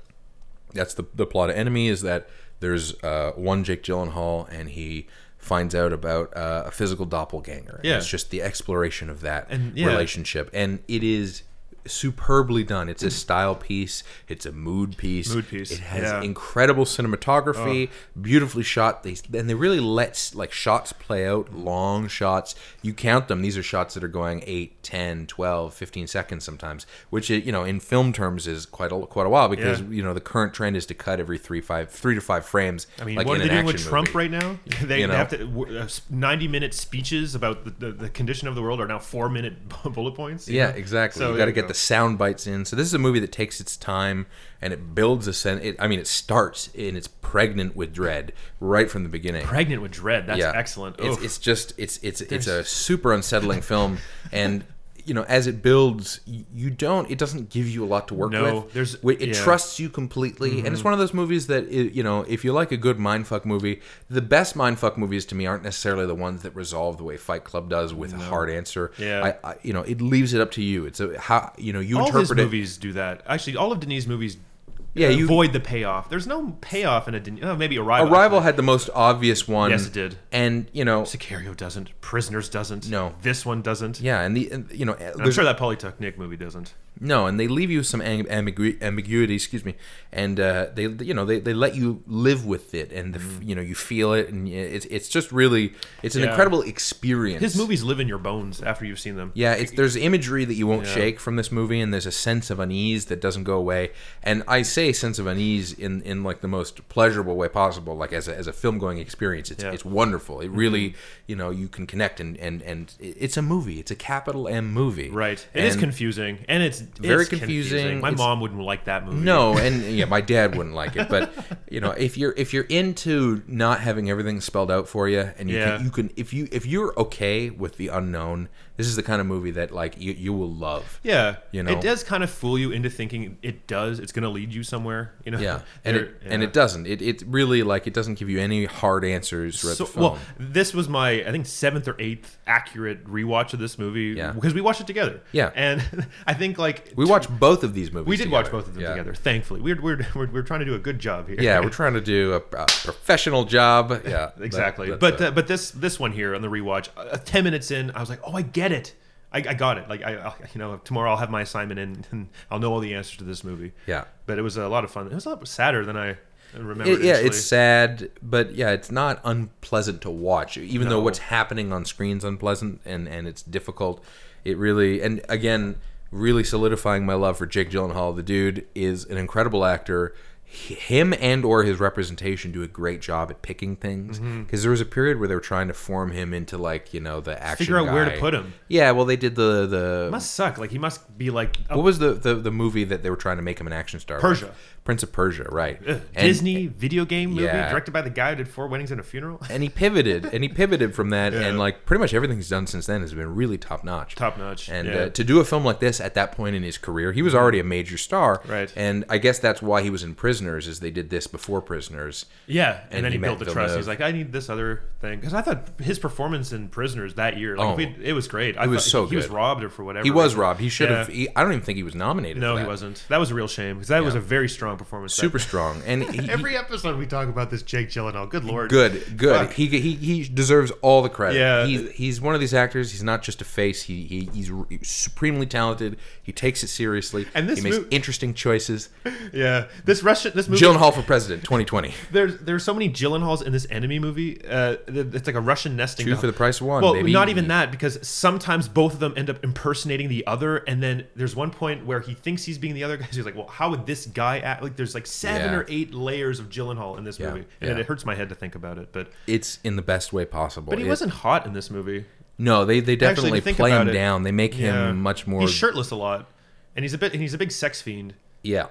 A: that's the, the plot of Enemy is that there's uh, one Jake Gyllenhaal and he finds out about uh, a physical doppelganger. And
B: Yeah.
A: It's just the exploration of that
B: And- yeah.
A: relationship. And it is superbly done. It's a style piece, it's a mood piece.
B: Mood piece,
A: It has
B: yeah. Oh.
A: incredible cinematography, beautifully shot. They and they really let like shots play out, long shots. You count them. These are shots that are going 8, 10, 12, 15 seconds sometimes, which you know in film terms is quite a quite a while because
B: Yeah.
A: you know the current trend is to cut every 3 five- three to 5 frames
B: I mean,
A: like
B: what
A: in
B: are they
A: an
B: doing with
A: action
B: Trump
A: movie.
B: right now? They,
A: You
B: they have to w- uh, s- ninety-minute speeches about the, the, the condition of the world are now four-minute bullet points. you
A: Yeah,
B: know?
A: exactly.
B: So
A: you got
B: there
A: to
B: you
A: get
B: go.
A: the sound bites in. So this is a movie that takes its time and it builds a sense. It, I mean, it starts and it's pregnant with dread right from the beginning.
B: Pregnant with dread. That's excellent.
A: It's,
B: Oof.
A: it's just it's it's it's a super unsettling film, and you know as it builds, y- you don't it doesn't give you a lot to work
B: No,
A: with.
B: there's-
A: Wi- it
B: yeah. Mm-hmm.
A: trusts you completely, and it's one of those movies that i you know if you like a good mindfuck movie, the best mindfuck movies to me aren't necessarily the ones that resolve the way Fight Club does with a hard answer.
B: Yeah.
A: I, I, you know it leaves it up to you. It's a how you know you
B: all his
A: interpret it.
B: movies do that. Actually, all of Denis' movies uh,
A: Yeah, you-
B: avoid the payoff. There's no payoff in a Denis. Oh, maybe Arrival.
A: Arrival had the most obvious one.
B: Yes, it did.
A: And you know,
B: actually. Sicario doesn't. Prisoners doesn't.
A: No.
B: This one doesn't.
A: yeah, and the and, you know
B: I'm sure that Polytechnic movie doesn't.
A: No, and they leave you some ang- ambigu- ambiguity, excuse me, and uh, they you know they, they let you live with it, and the, f you know you feel it, and y- it's it's just really it's an
B: Mm. Yeah.
A: incredible experience.
B: His movies live in your bones after you've seen them.
A: Yeah, it's, there's imagery that you won't
B: Yeah.
A: shake from this movie, and there's a sense of unease that doesn't go away. And I say sense of unease in, in like the most pleasurable way possible, like as a, as a film going experience. It's,
B: Yeah. Mm-hmm.
A: it's wonderful. It really, you know, you can connect, and, and, and it- it's a movie. It's a capital M movie.
B: Right. It
A: and
B: is confusing, and it's
A: Very
B: it's
A: confusing.
B: My
A: It's-
B: mom wouldn't like that movie.
A: No, and yeah, my dad wouldn't like it. But you know, if you're if you're into not having everything spelled out for you, and you
B: Yeah.
A: can you can if you if you're okay with the unknown, this is the kind of movie that like you you will love.
B: Yeah,
A: You know?
B: it does kind of fool you into thinking it does. It's going to lead you somewhere. You know,
A: Yeah, and
B: There-
A: it and
B: yeah.
A: it doesn't. It it really like it doesn't give you any hard answers throughout
B: So,
A: the film.
B: well, this was my I think seventh or eighth accurate rewatch of this movie
A: Yeah.
B: because we watched it together.
A: Yeah.
B: and I think like
A: we watched both of these movies.
B: we did watch
A: together.
B: both of them
A: Yeah.
B: together. Thankfully, we're, we're we're we're trying to do a good job here.
A: Yeah, we're trying to do a, a professional job. Yeah,
B: exactly.
A: that-
B: but
A: that's
B: uh, but this this one here on the rewatch, uh, ten minutes in, I was like, oh, I get it. I, I got it. Like I, I, you know, tomorrow I'll have my assignment in, and I'll know all the answers to this movie.
A: Yeah.
B: But it was a lot of fun. It was a lot sadder than I remember.
A: It- yeah,
B: initially.
A: it's sad, but yeah, it's not unpleasant to watch. Even though what's happening on screen's unpleasant and and it's difficult, it really and again really solidifying my love for Jake Gyllenhaal. The dude is an incredible actor. h- him and or his representation do a great job at picking things
B: Mm-hmm.
A: because there was a period where they were trying to form him into like you know the action
B: Figure out where to
A: guy.
B: put him.
A: yeah well they did the the
B: Must suck. Like he must be like a
A: what was the, the the movie that they were trying to make him an action star with?
B: Persia.
A: prince of persia right And-
B: Disney video game movie
A: Yeah.
B: directed by the guy who did Four Weddings and a Funeral.
A: and he pivoted and he pivoted from that and like pretty much everything he's done since then has been really top notch
B: Top notch.
A: and
B: yeah. Mm-hmm.
A: uh, to do a film like this at that point in his career he was already a major star
B: Right.
A: and i guess that's why he was in prisoners is they did this before prisoners
B: Yeah, and,
A: And
B: then
A: he
B: he,
A: met
B: built the trust.
A: Villeneuve.
B: He's like, I need this other thing because I thought his performance in Prisoners that year, like,
A: Oh.
B: if we'd- it was great. I it
A: was so
B: he was
A: good.
B: robbed or for whatever.
A: he was
B: reason.
A: robbed he should have
B: Yeah.
A: he, i don't even think he was nominated
B: No,
A: for
B: he
A: that.
B: wasn't. That was a real shame because that was a very strong performance. that
A: super strong and he,
B: Every episode we talk about this Jake Gyllenhaal. Good lord.
A: Good, good.
B: Fuck.
A: He, he he deserves all the credit.
B: Yeah.
A: he's he's one of these actors. He's not just a face. He, he he's supremely talented. He takes it seriously.
B: And this
A: he makes
B: mo-
A: interesting choices.
B: Yeah. This Russian. This movie.
A: Gyllenhaal for president, 2020.
B: There's there's so many Gyllenhaals in this enemy movie. Uh, th- it's like a Russian nesting.
A: Two
B: doll.
A: for the price of one,
B: Well,
A: baby.
B: not even that because sometimes both of them end up impersonating the other, and then there's one point where he thinks he's being the other guy. So he's like, "Well, how would this guy act?" Like there's like seven
A: Yeah.
B: or eight layers of Gyllenhaal in this
A: Yeah,
B: movie, and
A: yeah.
B: it hurts my head to think about it. But
A: It's in the best way possible.
B: but he
A: It-
B: wasn't hot in this movie.
A: No, they they
B: Actually,
A: definitely
B: to think
A: play him
B: about it,
A: down. They make
B: Yeah.
A: him much more.
B: He's shirtless a lot, and he's a bit and he's a big sex fiend.
A: yeah,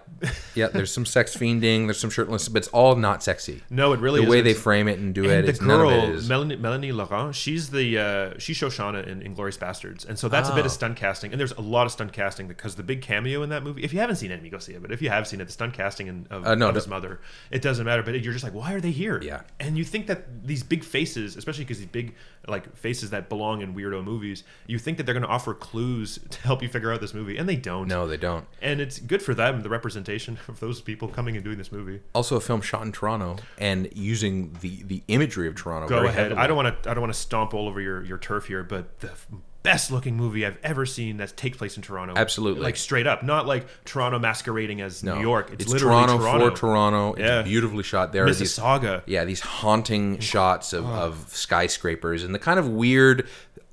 A: yeah. There's some sex fiending. There's some shirtless, but it's all not sexy.
B: No, it
A: The
B: really
A: way
B: isn't.
A: they frame it and do it,
B: And the
A: it's none of
B: girl,
A: it is.
B: Melanie, Melanie Laurent, she's the uh, she's Shoshana in Inglorious Bastards, and so that's a bit of
A: Oh.
B: stunt casting. And there's a lot of stunt casting because the big cameo in that movie. If you haven't seen Enemy, go see it. But if you have seen it, the stunt casting and of,
A: Uh, no, no.
B: of his mother, it doesn't matter. But you're just like, why are they here?
A: Yeah.
B: And you think that these big faces, especially because these big like faces that belong in weirdo movies, you think that they're going to offer clues to help you figure out this movie, and they don't.
A: no, they don't.
B: And it's good for them the representation of those people coming and doing this movie.
A: also a film shot in Toronto and using the the imagery of Toronto.
B: go
A: very
B: ahead.
A: Heavily.
B: I don't want to. I don't want to stomp all over your, your turf here, but the f- best looking movie I've ever seen that takes place in Toronto.
A: Absolutely.
B: like straight up, not like Toronto masquerading as
A: No.
B: New York. It's,
A: It's
B: literally
A: Toronto,
B: Toronto,
A: for Toronto. It's
B: Yeah.
A: beautifully shot. There are these
B: Mississauga.
A: yeah these haunting shots of, of skyscrapers and the kind of weird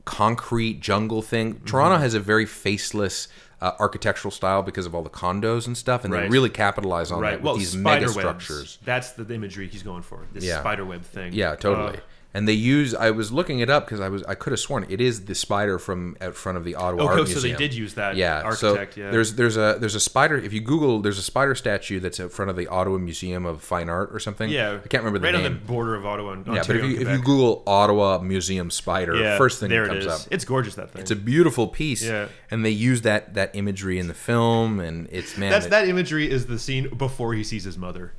A: concrete jungle thing.
B: Mm-hmm.
A: Toronto has a very faceless. Uh, architectural style because of all the condos and stuff, and they
B: Right.
A: really capitalize on
B: Right.
A: that with
B: Well,
A: these
B: spider
A: mega
B: webs.
A: structures.
B: That's the, the imagery he's going for. This
A: Yeah.
B: spider web thing.
A: Yeah, totally.
B: Uh,
A: and they use. I was looking it up because I was. I could have sworn it is the spider from out front of the Ottawa Art
B: okay, so
A: Museum.
B: they did use that.
A: yeah
B: Architect.
A: so
B: yeah.
A: there's there's a there's a spider if you google there's a spider statue that's in front of the ottawa museum of fine art or something
B: yeah.
A: i can't remember the
B: right
A: name
B: on the border of Ottawa. And
A: yeah but if
B: Ontario
A: you,
B: and
A: if you
B: Quebec.
A: google ottawa museum spider
B: yeah,
A: first thing
B: there
A: that comes
B: it
A: up
B: is. It's gorgeous that thing.
A: it's a beautiful piece
B: Yeah.
A: and they use that that imagery in the film and it's man
B: that's
A: it-
B: that imagery is the scene before he sees his mother.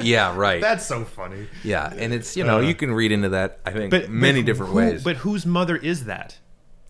A: yeah right
B: That's so funny.
A: yeah and it's you know
B: Uh,
A: you can read into that i think
B: but
A: many
B: but
A: different
B: who-
A: ways
B: But whose mother is that?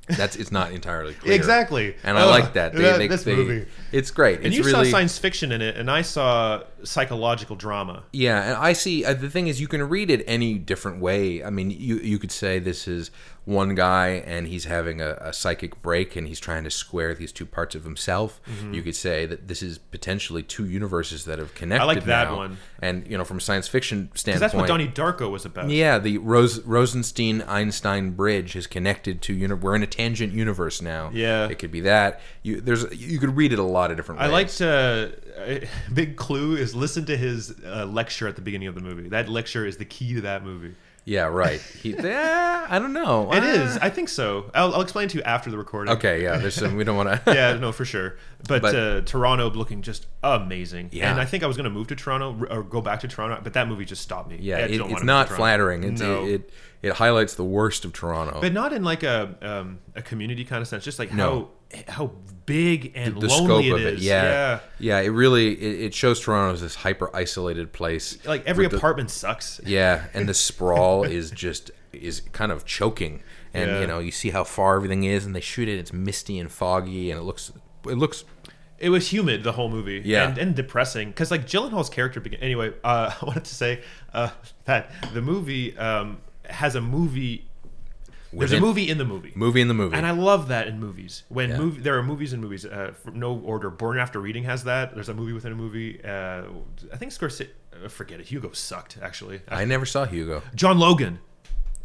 A: that's it's not entirely clear
B: Exactly.
A: and i
B: Ugh,
A: like that they,
B: that-
A: they,
B: this
A: they-
B: movie.
A: it's great
B: And
A: it's
B: you
A: really
B: saw science fiction in it, and I saw psychological drama.
A: Yeah, and I see. Uh, the thing is, you can read it any different way. I mean, you you could say this is one guy and he's having a, a psychic break and he's trying to square these two parts of himself.
B: Mm-hmm.
A: You could say that this is potentially two universes that have connected.
B: that
A: now.
B: one.
A: And you know, from a science fiction standpoint,
B: That's what Donnie Darko was about.
A: Yeah, the Rose, Rosenstein Einstein bridge is connected to uni- we're in a tangent universe now.
B: Yeah.
A: it could be that. You there's you could read it a lot of different
B: I
A: ways.
B: liked uh, a big clue is listen to his uh, lecture at the beginning of the movie. That lecture is the key to that movie.
A: Yeah, right. He, yeah, I don't know.
B: It is. I think so. I'll, I'll explain to you after the recording.
A: Okay, yeah. There's some we don't want to.
B: yeah, no, for sure. But,
A: But-
B: uh, Toronto looking just amazing.
A: Yeah.
B: And I think I was going to move to Toronto or go back to Toronto, but that movie just stopped me.
A: Yeah,
B: I
A: it,
B: don't wanna move
A: it's
B: to
A: not
B: Toronto.
A: flattering. It's,
B: No.
A: it, it it highlights the worst of Toronto.
B: but not in like a um, a community kind of sense. Just like
A: No.
B: how how big and
A: the
B: lonely
A: scope
B: it
A: of
B: is.
A: it, yeah, yeah, It really it, it shows Toronto as this hyper isolated place.
B: like every
A: with the-
B: apartment sucks.
A: yeah, and the sprawl is just is kind of choking. And
B: Yeah.
A: you know, you see how far everything is, and they shoot it. It's misty and foggy, and it looks it looks
B: It was humid the whole movie.
A: Yeah.
B: and, and depressing because like Gyllenhaal's character. Begin- anyway, uh, I wanted to say uh, that the movie um, has a movie. There's a
A: Within-
B: movie in the movie.
A: movie in the movie.
B: And I love that in movies. When movie, there are movies in movies, uh, for no order. Born After Reading has that. There's a movie within a movie. Uh, I think Scorsese. uh, Forget it. Hugo sucked actually.
A: I never saw Hugo.
B: John Logan.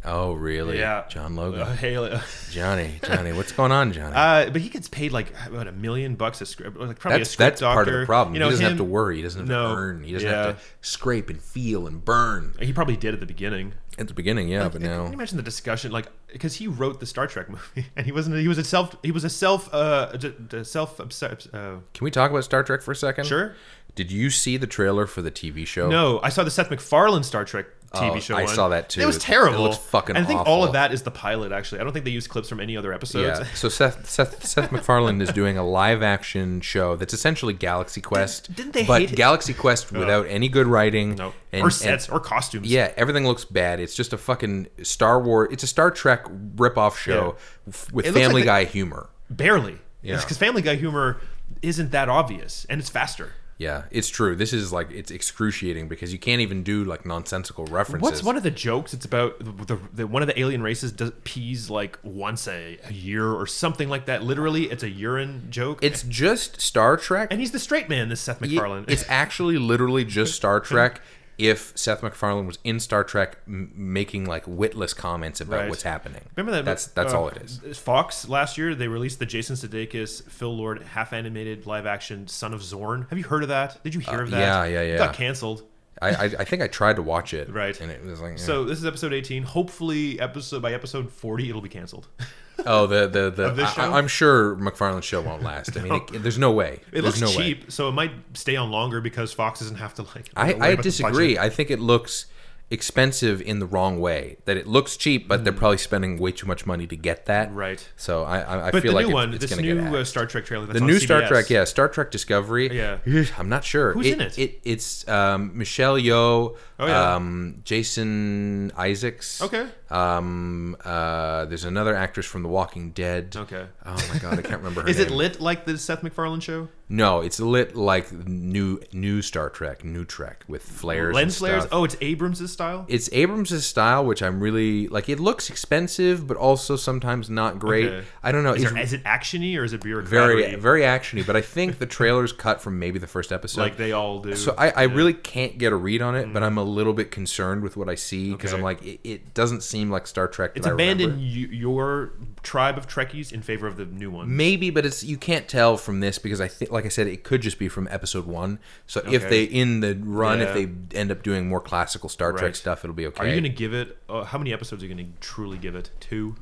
A: Oh, really?
B: Yeah.
A: John Logan.
B: Uh, Haley-
A: Johnny, Johnny, what's going on, Johnny?
B: Uh, but he gets paid like what a million bucks a script, like probably a
A: that's that's
B: script
A: part of
B: doctor.
A: the problem.
B: You know,
A: he doesn't
B: him-
A: have to worry. He doesn't have
B: No.
A: to earn. He doesn't
B: Yeah.
A: have to scrape and feel and burn.
B: He probably did at the beginning.
A: At the beginning, yeah, but
B: Can you
A: now
B: imagine the discussion? Like, because he wrote the Star Trek movie, and he wasn't. He was a self. He was a self. Uh, d- d- self obsessed. Uh,
A: can we talk about Star Trek for a second?
B: sure.
A: Did you see the trailer for the TV show?
B: No, I saw the Seth MacFarlane Star Trek TV
A: Oh,
B: show.
A: I
B: one.
A: saw that, too.
B: It was
A: It
B: terrible.
A: looks fucking
B: And I think all
A: awful.
B: of that is the pilot. Actually, I don't think they used clips from any other episodes.
A: Yeah. So Seth Seth Seth MacFarlane is doing a live action show that's essentially Galaxy Quest.
B: didn't they
A: but
B: hate it?
A: Galaxy Quest without any good writing.
B: No,
A: and-
B: or
A: and-
B: sets or costumes.
A: Yeah, everything looks bad. It's just a fucking Star Wars. It's a Star Trek ripoff show f- with
B: It looks
A: Family
B: like
A: Guy humor.
B: barely.
A: Yeah.
B: because Family Guy humor isn't that obvious, and it's faster.
A: Yeah, it's true. This is like it's excruciating because you can't even do like nonsensical references.
B: What's one of the jokes? It's about the, the, the one of the alien races does pees like once a, a year or something like that. Literally, it's a urine joke.
A: It's just Star Trek.
B: and he's the straight man, this Seth
A: Ye-
B: MacFarlane.
A: It's actually literally just Star Trek. If Seth MacFarlane was in Star Trek, m- making like witless comments about
B: Right.
A: what's happening.
B: Remember that?
A: That's that's
B: uh,
A: all it is.
B: Fox last year they released the Jason Sudeikis, Phil Lord half animated live action Son of Zorn. Have you heard of that? Did you hear of that?
A: Uh, yeah, yeah,
B: It
A: yeah.
B: got canceled.
A: I, I I think I tried to watch it.
B: Right.
A: And it was like eh.
B: So this is episode 18. Hopefully, episode by episode 40, it'll be canceled.
A: oh the the, the
B: this show?
A: I, am sure MacFarlane's show won't last. I mean, it, there's no way.
B: It
A: there's
B: looks
A: no way.
B: cheap, so it might stay on longer because Fox doesn't have to like. worry
A: I, I
B: about the budget.
A: disagree. I think it looks expensive in the wrong way. That it looks cheap, but they're probably spending way too much money to get that.
B: Hmm. Right.
A: So I I, I
B: But the
A: feel like
B: new
A: it's-
B: one,
A: it's
B: this
A: gonna get
B: new
A: axed.
B: uh, Star Trek trailer. That's
A: The
B: on
A: new Star
B: CBS.
A: Trek, yeah, Star Trek Discovery.
B: Yeah.
A: I'm not sure.
B: Who's in it?
A: It's um, Michelle Yeoh,
B: Oh, yeah.
A: um, Jason Isaacs.
B: Okay.
A: Um, uh, there's another actress from The Walking Dead.
B: Okay.
A: Oh my god, I can't remember her
B: Is it
A: name.
B: lit like the Seth MacFarlane show?
A: no, it's lit like new new Star Trek, new Trek with flares. and
B: Lens flares?
A: stuff.
B: Oh, it's Abrams' style.
A: It's Abrams' style, which I'm really like. It looks expensive, but also sometimes not great.
B: Okay.
A: I don't know.
B: Is,
A: it's
B: there, is it actiony or is it bureaucratic?
A: very very actiony, but I think the trailer's cut from maybe the first episode.
B: like they all do.
A: So I, I really can't get a read on it, but I'm a little bit concerned with what I see because
B: Okay.
A: I'm like, it, it doesn't seem like Star Trek. That
B: it's
A: I remember.
B: abandoned you, your tribe of Trekkies in favor of the new one.
A: Maybe, but it's you can't tell from this because I think, like I said, it could just be from episode one. So if they
B: Okay.
A: in the run,
B: Yeah.
A: if they end up doing more classical Star Trek
B: Right.
A: stuff, it'll be okay.
B: Are you going to give it? Uh, how many episodes are you going to truly give it? Two.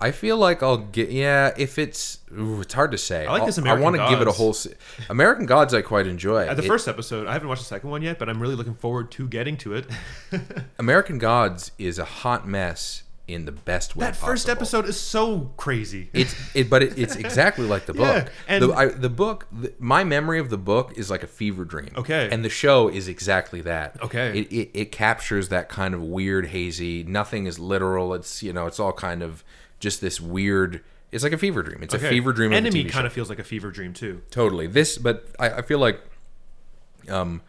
A: I feel like I'll get yeah. If it's ooh, it's hard to say. I
B: like this
A: I want to
B: American
A: give it a
B: Gods.
A: whole. Se- American Gods, I quite enjoy.
B: At Uh, the
A: It-
B: first episode, I haven't watched the second one yet, but I'm really looking forward to getting to it.
A: American Gods is a hot mess in the best way.
B: that first
A: possible.
B: episode is so crazy.
A: It's it, but it, it's exactly like the
B: Yeah,
A: book.
B: and-
A: the, I, the book, the, my memory of the book is like a fever dream.
B: Okay.
A: and the show is exactly that.
B: Okay.
A: it, it, it captures that kind of weird, hazy. Nothing is literal. It's you know, it's all kind of just this weird. It's like a fever dream. It's a fever dream.
B: Enemy
A: of a TV
B: kind
A: show.
B: of feels like a fever dream too.
A: totally this, but I, I feel like, um.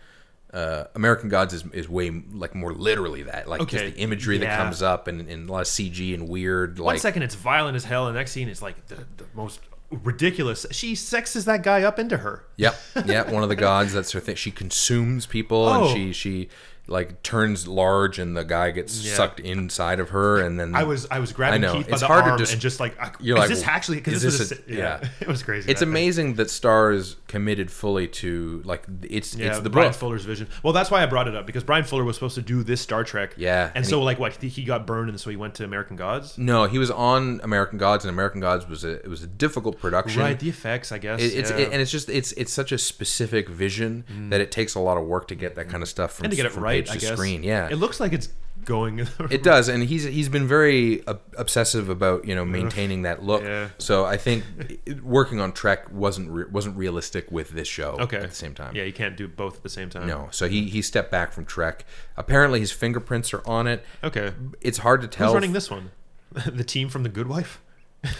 A: Uh, American Gods is, is way like more literally that like
B: Okay,
A: just the imagery that
B: yeah.
A: comes up and, and a lot of CG and weird
B: One
A: like
B: second it's violent as hell, and the next scene it's like the, the most ridiculous. She sexes that guy up into her.
A: Yep, yeah, one of the gods. That's her thing. She consumes people,
B: Oh.
A: and she she like turns large, and the guy gets
B: Yeah.
A: sucked inside of her, and then
B: I was I was grabbing
A: I know.
B: Keith by
A: It's
B: the
A: hard to
B: arm
A: just-
B: and just like, I,
A: you're
B: is
A: like,
B: this actually?
A: is
B: Because this,
A: this
B: was
A: a-
B: a, yeah.
A: yeah.
B: it was crazy.
A: It's
B: that night.
A: amazing that Stars committed fully to like it's
B: Yeah,
A: it's the
B: Brian
A: book.
B: Fuller's vision. Well, that's why I brought it up because Brian Fuller was supposed to do this Star Trek.
A: Yeah,
B: and,
A: and Mm-hmm.
B: so like what he got burned, and so he went to American Gods.
A: no, he was on American Gods, and American Gods was a it was a difficult production.
B: Right, the effects, I guess.
A: It- it's
B: yeah. Mm.
A: it, and it's just it's it's such a specific vision that it takes a lot of work to get that kind of stuff from
B: and to get it
A: from page
B: right, I
A: to
B: guess.
A: screen. Yeah,
B: it looks like it's going.
A: It does, and he's he's been very ob- obsessive about you know maintaining that look.
B: Yeah.
A: So I think it- working on Trek wasn't re- wasn't realistic with this show.
B: okay
A: At the same time.
B: Yeah, you can't do both at the same time.
A: No. So he he stepped back from Trek. Apparently his fingerprints are on it.
B: Okay.
A: It's hard to tell.
B: Who's running this one? the team from The Good Wife?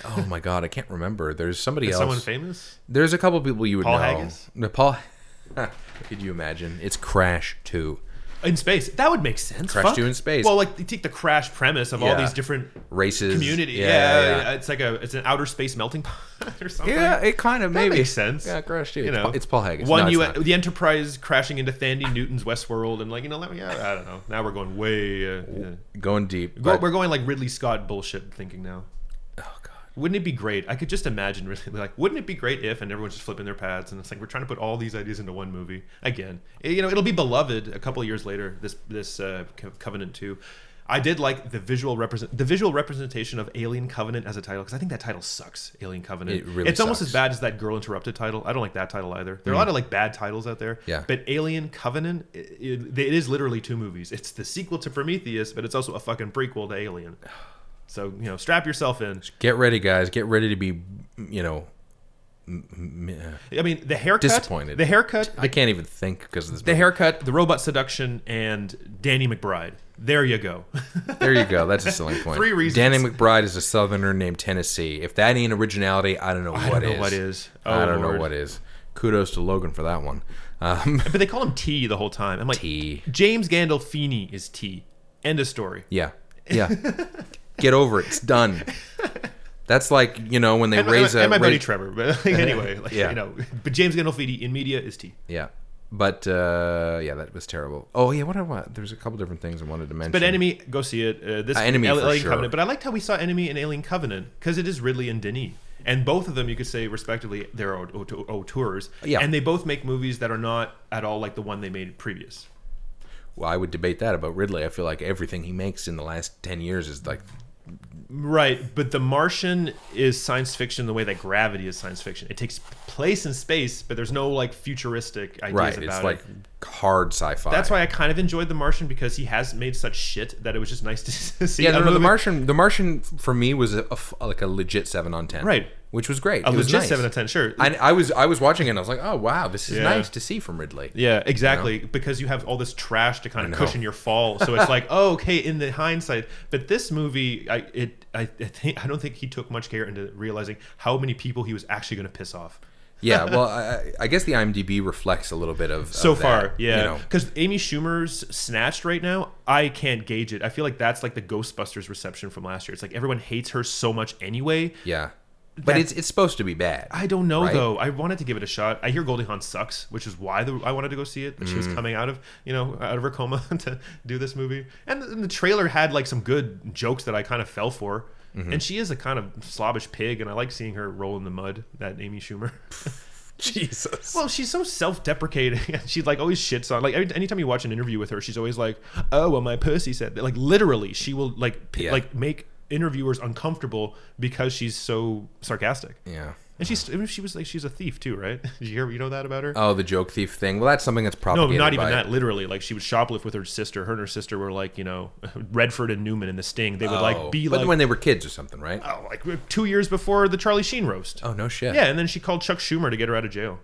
A: Oh my god, I can't remember. There's somebody else.
B: Someone famous?
A: There's a couple people you would
B: Paul
A: know.
B: Haggis?
A: No, Paul. Could you imagine? It's Crash Two.
B: in space. That would make sense.
A: Crashed
B: Fuck.
A: you in space.
B: Well, like you take the crash premise of all
A: Yeah.
B: these different
A: Races.
B: community. Yeah,
A: yeah, yeah.
B: it's like a it's an outer space melting pot or something.
A: Yeah, it kind of
B: That
A: maybe
B: makes sense.
A: Yeah, crashed you.
B: You know,
A: it's Paul Haggis.
B: One
A: No, it's
B: U-
A: not.
B: the Enterprise crashing into Thandie Newton's Westworld, and like you know, that- yeah, I don't know. Now we're going way. Uh, yeah.
A: going deep.
B: Go,
A: but-
B: we're going like Ridley Scott bullshit thinking now.
A: oh god.
B: Wouldn't it be great? I could just imagine really like, wouldn't it be great if? And everyone's just flipping their pads, and it's like we're trying to put all these ideas into one movie again. Eh, You know, it'll be beloved a couple of years later. This this uh, Co- Covenant two. I did like the visual represent the visual representation of Alien Covenant as a title because I think that title sucks. Alien Covenant.
A: It really
B: it's almost
A: sucks. Mm.
B: as bad as that Girl Interrupted title. I don't like that title either. There are a lot of like bad titles out there.
A: Yeah.
B: But Alien Covenant, i it, it is literally two movies. It's the sequel to Prometheus, but it's also a fucking prequel to Alien. So you know, strap yourself in.
A: Get ready, guys. Get ready to be, you know, m- m- uh,
B: I mean, the haircut.
A: Disappointed.
B: The haircut.
A: I can't even think because of this.
B: The
A: movie.
B: haircut. The robot seduction and Danny McBride. There you go.
A: There you go. That's a selling point.
B: Three reasons.
A: Danny McBride is a southerner named Tennessee. If that ain't originality, I don't know
B: I
A: what
B: don't know
A: is.
B: what is.
A: I
B: Oh,
A: don't know
B: Lord.
A: what is. Kudos to Logan for that one. Um,
B: But they call him T the whole time. I'm like
A: T.
B: James Gandolfini is T. End of story.
A: yeah, yeah. Get over it. It's done. That's like you know when they
B: And,
A: raise
B: and,
A: a
B: and my buddy
A: raise-
B: Trevor. But like, anyway, like,
A: Yeah.
B: you know, but James Gandolfini in media is T.
A: yeah. But uh, yeah, that was terrible. Oh yeah, what I want. There's a couple different things I wanted to mention.
B: But enemy, go see it. Uh, this
A: Uh, Enemy,
B: Al-
A: for
B: Alien
A: sure.
B: Covenant. But I liked how we saw enemy and Alien Covenant because it is Ridley and Denis, and both of them you could say respectively they're au- au- auteurs.
A: Yeah.
B: and they both make movies that are not at all like the one they made previous.
A: Well, I would debate that about Ridley. I feel like everything he makes in the last ten years is like
B: Right, but The Martian is science fiction the way that Gravity is science fiction. It takes place in space, but there's no like futuristic ideas
A: right.
B: about
A: It's
B: it.
A: like hard sci-fi.
B: That's why I kind of enjoyed The Martian because he has made such shit that it was just nice to see.
A: Yeah,
B: a
A: no, no, the
B: movie-
A: Martian. The Martian for me was a, a f- like a legit seven on ten,
B: Right.
A: Which was great.
B: a
A: it was
B: legit
A: nice.
B: seven out of ten. Sure,
A: I, I was I was watching it. and I was like, oh wow, this is
B: Yeah.
A: nice to see from Ridley.
B: Yeah, exactly. Because you have all this trash to kind
A: know.
B: of cushion your fall. So it's like, oh, okay, in the hindsight. But this movie, I it I, I think I don't think he took much care into realizing how many people he was actually going to piss off.
A: Yeah, well, I, I guess the IMDb reflects a little bit of
B: So
A: of that,
B: far,
A: you
B: yeah.
A: know.
B: Because Amy Schumer's snatched right now, I can't gauge it. I feel like that's like the Ghostbusters reception from last year. It's like everyone hates her so much anyway.
A: yeah. But
B: That-
A: it's it's supposed to be bad.
B: I don't know
A: Right?
B: though. I wanted to give it a shot. I hear Goldie Hawn sucks, which is why the, I wanted to go see it. That
A: Mm.
B: She was coming out of you know out of her coma to do this movie, and the, and the trailer had like some good jokes that I kind of fell for.
A: Mm-hmm.
B: And she is a kind of slobbish pig, and I like seeing her roll in the mud. That Amy Schumer.
A: Jesus.
B: well, she's so self-deprecating, and she like always shits on like every, anytime you watch an interview with her, she's always like, "Oh, well, my pussy said that." Like literally, she will like p-
A: Yeah.
B: like make interviewers uncomfortable because she's so sarcastic.
A: yeah.
B: And she's even if she was like she's a thief too, right? Did you hear you know that about her?
A: Oh, the joke thief thing. Well, that's something that's
B: no,
A: propagated.
B: not even
A: by-
B: that. Literally, like she would shoplift with her sister. Her and her sister were like you know Redford and Newman in The Sting. They would
A: Oh,
B: like be
A: but
B: like
A: when they were kids or something, right?
B: oh, like two years before the Charlie Sheen roast.
A: Oh no shit.
B: Yeah, and then she called Chuck Schumer to get her out of jail.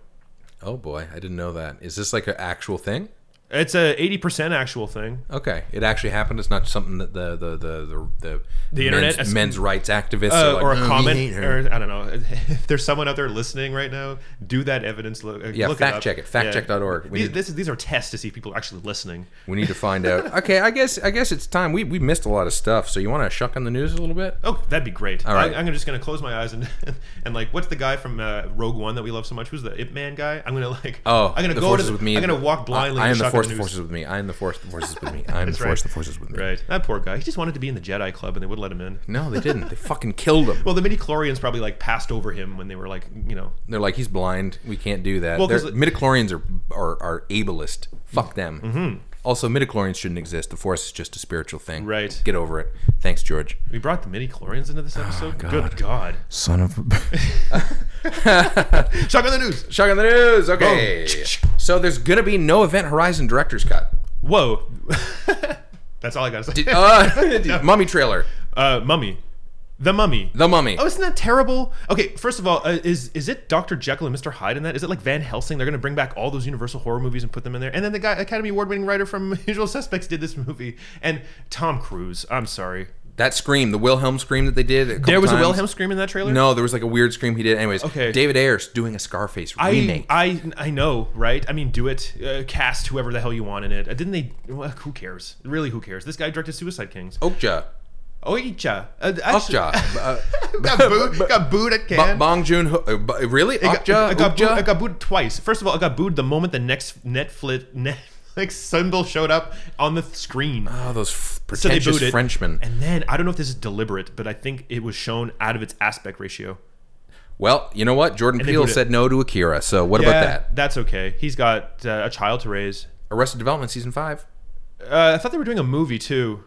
A: Oh boy, I didn't know that. Is this like an actual thing?
B: It's a eighty percent actual thing.
A: Okay, it actually happened. It's not something that the the the the, the,
B: The
A: men's,
B: internet-
A: men's rights activists are
B: Uh,
A: like,
B: or a
A: "Oh, we hate
B: comment,
A: her."
B: or I don't know. If there's someone out there listening right now, do that evidence. Look, uh,
A: Yeah,
B: look
A: fact
B: it up.
A: check it, factcheck.org. We
B: These,
A: need-
B: this, these are tests to see if people are actually listening.
A: We need to find out. Okay, I guess I guess it's time. We we missed a lot of stuff. So you want to shuck on the news a little bit?
B: Oh, that'd be great.
A: All right.
B: I, I'm just gonna close my eyes and and like, what's the guy from uh, Rogue One that we love so much? Who's the Ip Man guy? I'm gonna like,
A: Oh,
B: I'm gonna
A: the
B: go
A: forces
B: to,
A: with me.
B: I'm gonna walk blindly.
A: I, I
B: and
A: am the
B: shock
A: force.
B: the
A: The
B: news.
A: forces with me. I am the force. The forces with me. I am the
B: That's
A: force.
B: right.
A: The forces with me.
B: Right, that poor guy. He just wanted to be in the Jedi Club, and they wouldn't let him in.
A: No, they didn't. They fucking killed him.
B: Well, the midi chlorians probably like passed over him when they were like, you know,
A: They're like, he's blind. We can't do that.
B: Well,
A: Well,
B: 'cause-
A: midichlorians are, are are ableist. Fuck them. Mm-hmm. Also, midichlorians shouldn't exist. The force is just a spiritual thing.
B: Right.
A: Get Oh, over it. Thanks, George.
B: we brought the midi chlorians into this episode. Good God!
A: Son of. a...
B: Shock on the news.
A: Shock on the news. Okay. So there's gonna be no Event Horizon director's cut.
B: Whoa, that's all I gotta say.
A: Uh, mummy trailer.
B: uh, mummy, the mummy.
A: The Mummy.
B: Oh, isn't that terrible? Okay, first of all, uh, is is it Doctor Jekyll and Mister Hyde in that? Is it like Van Helsing? They're gonna bring back all those Universal horror movies and put them in there. And then the guy, Academy Award winning writer from Usual Suspects, did this movie. And Tom Cruise. I'm sorry,
A: That scream, the Wilhelm scream that they did. A couple
B: There was a
A: times.
B: Wilhelm scream in that trailer.
A: No, there was like a weird scream he did. Anyways,
B: Okay.
A: David Ayers doing a Scarface
B: I,
A: remake.
B: I I know, right? I mean, do it. Uh, cast whoever the hell you want in it. Uh, didn't they? Well, who cares? Really, who cares? This guy directed Suicide Kings.
A: Okja,
B: Oicha. Uh, actually-
A: Okja, uh,
B: got, booed, got booed at
A: Bo-
B: Cannes.
A: Bong Joon. Ho- uh, Bo- really?
B: I got, I,
A: Okja,
B: got booed, I
A: Okja.
B: got booed twice. First of all, I got booed the moment the next Netflix Netflix symbol showed up on the th- screen.
A: Oh, those f-
B: So they
A: pretentious
B: booed it.
A: Frenchmen.
B: And then I don't know if this is deliberate, but I think it was shown out of its aspect ratio.
A: Well, you know what? Jordan
B: they
A: Peele
B: booed it.
A: said no to Akira. So what about that?
B: That's okay. He's got uh, a child to raise.
A: Arrested Development season five,
B: Uh, I thought they were doing a movie too.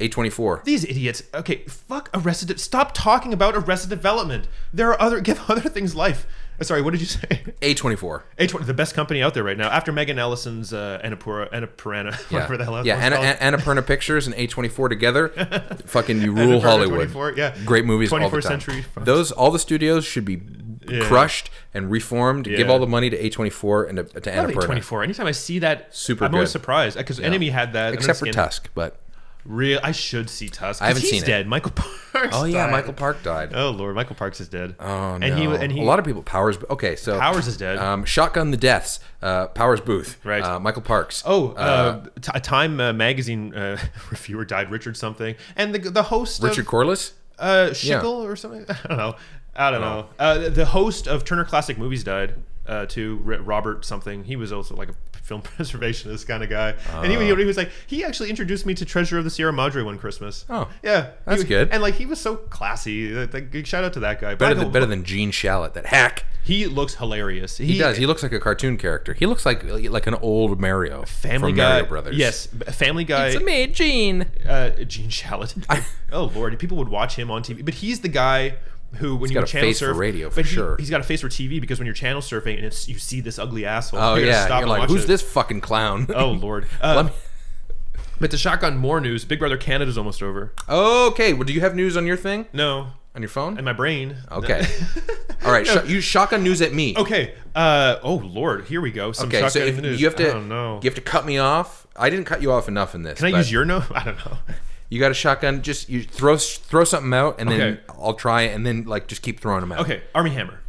A: A twenty four.
B: These idiots. Okay, fuck Arrested. De- Stop talking about Arrested Development. There are other. Give other things life. Uh, Sorry, what did you say?
A: A twenty four.
B: H1, the best company out there right now, after Megan Ellison's uh, Annapurna, Annapurna, whatever the hell that
A: yeah.
B: one's
A: Anna,
B: called.
A: Anna, Annapurna Pictures and A twenty four together. Fucking you
B: Annapurna
A: rule Hollywood.
B: 24, yeah.
A: Great movies all the
B: 21st
A: time.
B: century Fox.
A: Those all the studios should be
B: Yeah.
A: crushed and reformed. Give
B: Yeah.
A: all the money to A twenty four and to, to
B: I love
A: Annapurna.
B: A24. Anytime I see that,
A: Super
B: I'm always
A: good.
B: surprised because Enemy had that. I don't
A: Except for
B: understand-
A: Tusk, but
B: Real, I should see Tusk.
A: I haven't
B: 'cause he's
A: seen it.
B: dead. Michael Parks.
A: oh yeah,
B: died.
A: Michael Park died.
B: Oh lord, Michael Parks is dead.
A: Oh no!
B: and he and he
A: a lot of people. Powers. Okay, so
B: Powers is dead.
A: Um, Shotgun the Deaths. Uh, Powers Booth.
B: Right.
A: Uh, Michael Parks.
B: Oh, uh, t- a Time uh, magazine uh, reviewer died. Richard something, and the the host of-
A: Richard Corliss.
B: uh, Schickel or something. I don't know. I don't know. Uh, the host of Turner Classic Movies died uh, too. R- Robert something. He was also like a film preservationist kind of guy. and he, he, was like, he actually introduced me to Treasure of the Sierra Madre one Christmas.
A: Oh.
B: yeah,
A: That's
B: He-
A: good.
B: And like he was so classy. Like, like, shout out to that guy.
A: Better
B: Michael-
A: than better than Gene Shalit. That hack.
B: he looks hilarious.
A: He does. He looks like a cartoon character. He looks like like an old Mario
B: Family
A: from
B: Guy.
A: Mario Brothers.
B: Yes, b- Family Guy.
A: me, Gene.
B: uh, Gene Shalit. oh lord, people would watch him on TV. But he's the guy who, when you
A: got a
B: channel
A: face for
B: surf,
A: radio, for
B: but he-
A: sure.
B: he's got a face for TV because when you're channel surfing and it's, you see this ugly asshole,
A: Oh
B: you're gonna
A: yeah.
B: stop
A: You're
B: and
A: like,
B: watch
A: who's
B: it.
A: this fucking clown?
B: Oh lord. Uh,
A: Let me-
B: but to shotgun more news, Big Brother Canada's almost over.
A: okay. Well, do you have news on your thing
B: No,
A: on your phone?
B: in my brain.
A: okay. All right. Sh- you shotgun news at me.
B: Okay. Uh, oh lord, here we go. Some
A: Okay,
B: shotgun
A: so if
B: in the news.
A: you have to,
B: I don't know.
A: you have to cut me off. I didn't cut you off enough in this.
B: Can I
A: but
B: use your no? I don't know.
A: You got a shotgun. Just you throw throw something out, and then
B: Okay.
A: I'll try, and then like just keep throwing them out.
B: Okay, Army Hammer.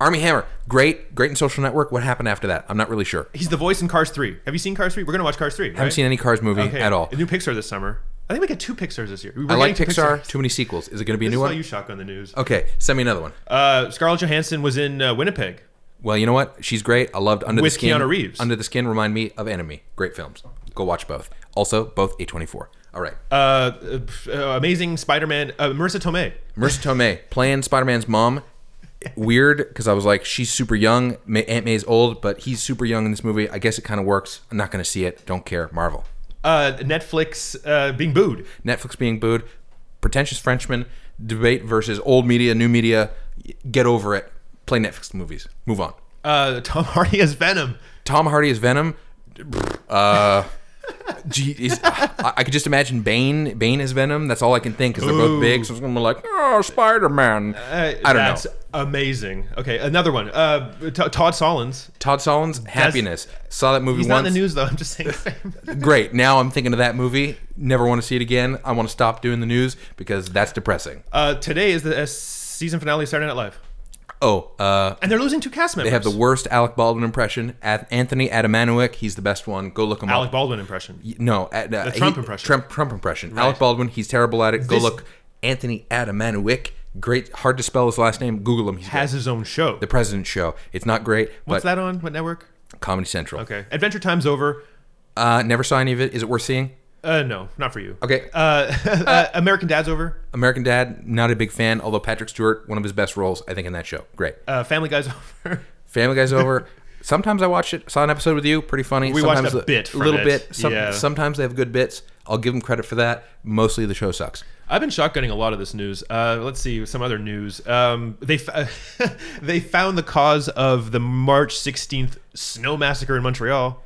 A: Army Hammer, great, great in Social Network. What happened after that? I'm not really sure.
B: He's the voice in Cars Three. Have you seen Cars Three? We're gonna watch Cars Three.
A: I haven't seen any Cars movie
B: okay.
A: at all.
B: A new Pixar this summer. I think we got two Pixars this year. We were
A: I like
B: getting two
A: Pixar.
B: Pixars.
A: Too many sequels. Is it going to be a
B: This
A: new
B: is how
A: one?
B: you shotgun the news.
A: Okay, send me another one.
B: Uh, Scarlett Johansson was in uh, Winnipeg.
A: Well, you know what? She's great. I loved Under
B: With
A: the Skin.
B: Keanu Reeves.
A: Under the Skin remind me of Enemy. Great films. Go watch both. Also, both A24. All right.
B: Uh, Uh, pff, uh, amazing Spider-Man. Uh, Marissa Tomei.
A: Marissa Tomei playing Spider-Man's mom. Weird, because I was like, she's super young. Ma- Aunt May's old, but he's super young in this movie. I guess it kind of works. I'm not going to see it. Don't care. Marvel.
B: Uh, Netflix uh, being booed.
A: Netflix being booed, pretentious Frenchman, debate versus old media, new media. Get over it. Play Netflix movies. Move on.
B: Uh, Tom Hardy as Venom.
A: Tom Hardy is Venom. Uh, gee, is, I, I could just imagine Bane. Bane is Venom. That's all I can think because they're both big. So it's gonna be like, oh, Spider Man.
B: Uh,
A: I don't
B: that's
A: know.
B: amazing. Okay, another one. Uh, T- Todd Solondz.
A: Todd Solondz, Happiness. Saw that movie
B: He's not
A: once.
B: in the news though. I'm just saying. Same.
A: Great. Now I'm thinking of that movie. Never want to see it again. I want to stop doing the news because that's depressing.
B: uh, today is the uh, season finale of Saturday Night Live,
A: Oh, uh,
B: and they're losing two cast members.
A: they have the worst Alec Baldwin impression. At Anthony Adamanowicz, he's the best one. Go look him
B: Alec
A: up.
B: Baldwin impression.
A: No, at, uh,
B: The Trump
A: he-
B: impression.
A: Trump, Trump impression. Alec Baldwin, he's terrible at it. Go
B: This-
A: look. Anthony Adamanowicz, great, hard to spell his last name. Google him. He's great.
B: Has his own show.
A: the President's Show. It's not great,
B: What's
A: but
B: that on? What network?
A: Comedy Central.
B: Okay, Adventure Time's over.
A: Uh, never saw any of it. Is it worth seeing?
B: Uh, no, not for you.
A: Okay.
B: Uh, uh, American Dad's over.
A: American Dad, not a big fan, although Patrick Stewart, one of his best roles, I think, in that show. Great.
B: Uh, Family Guy's over.
A: Family Guy's over. Sometimes I watch it. Saw an episode with you. Pretty funny.
B: We watched
A: sometimes
B: a bit from
A: little
B: it.
A: bit. Some,
B: Yeah.
A: Sometimes they have good bits. I'll give them credit for that. Mostly the show sucks.
B: I've been shotgunning a lot of this news. Uh, let's see some other news. Um, they f- they found the cause of the March 16th snow massacre in Montreal.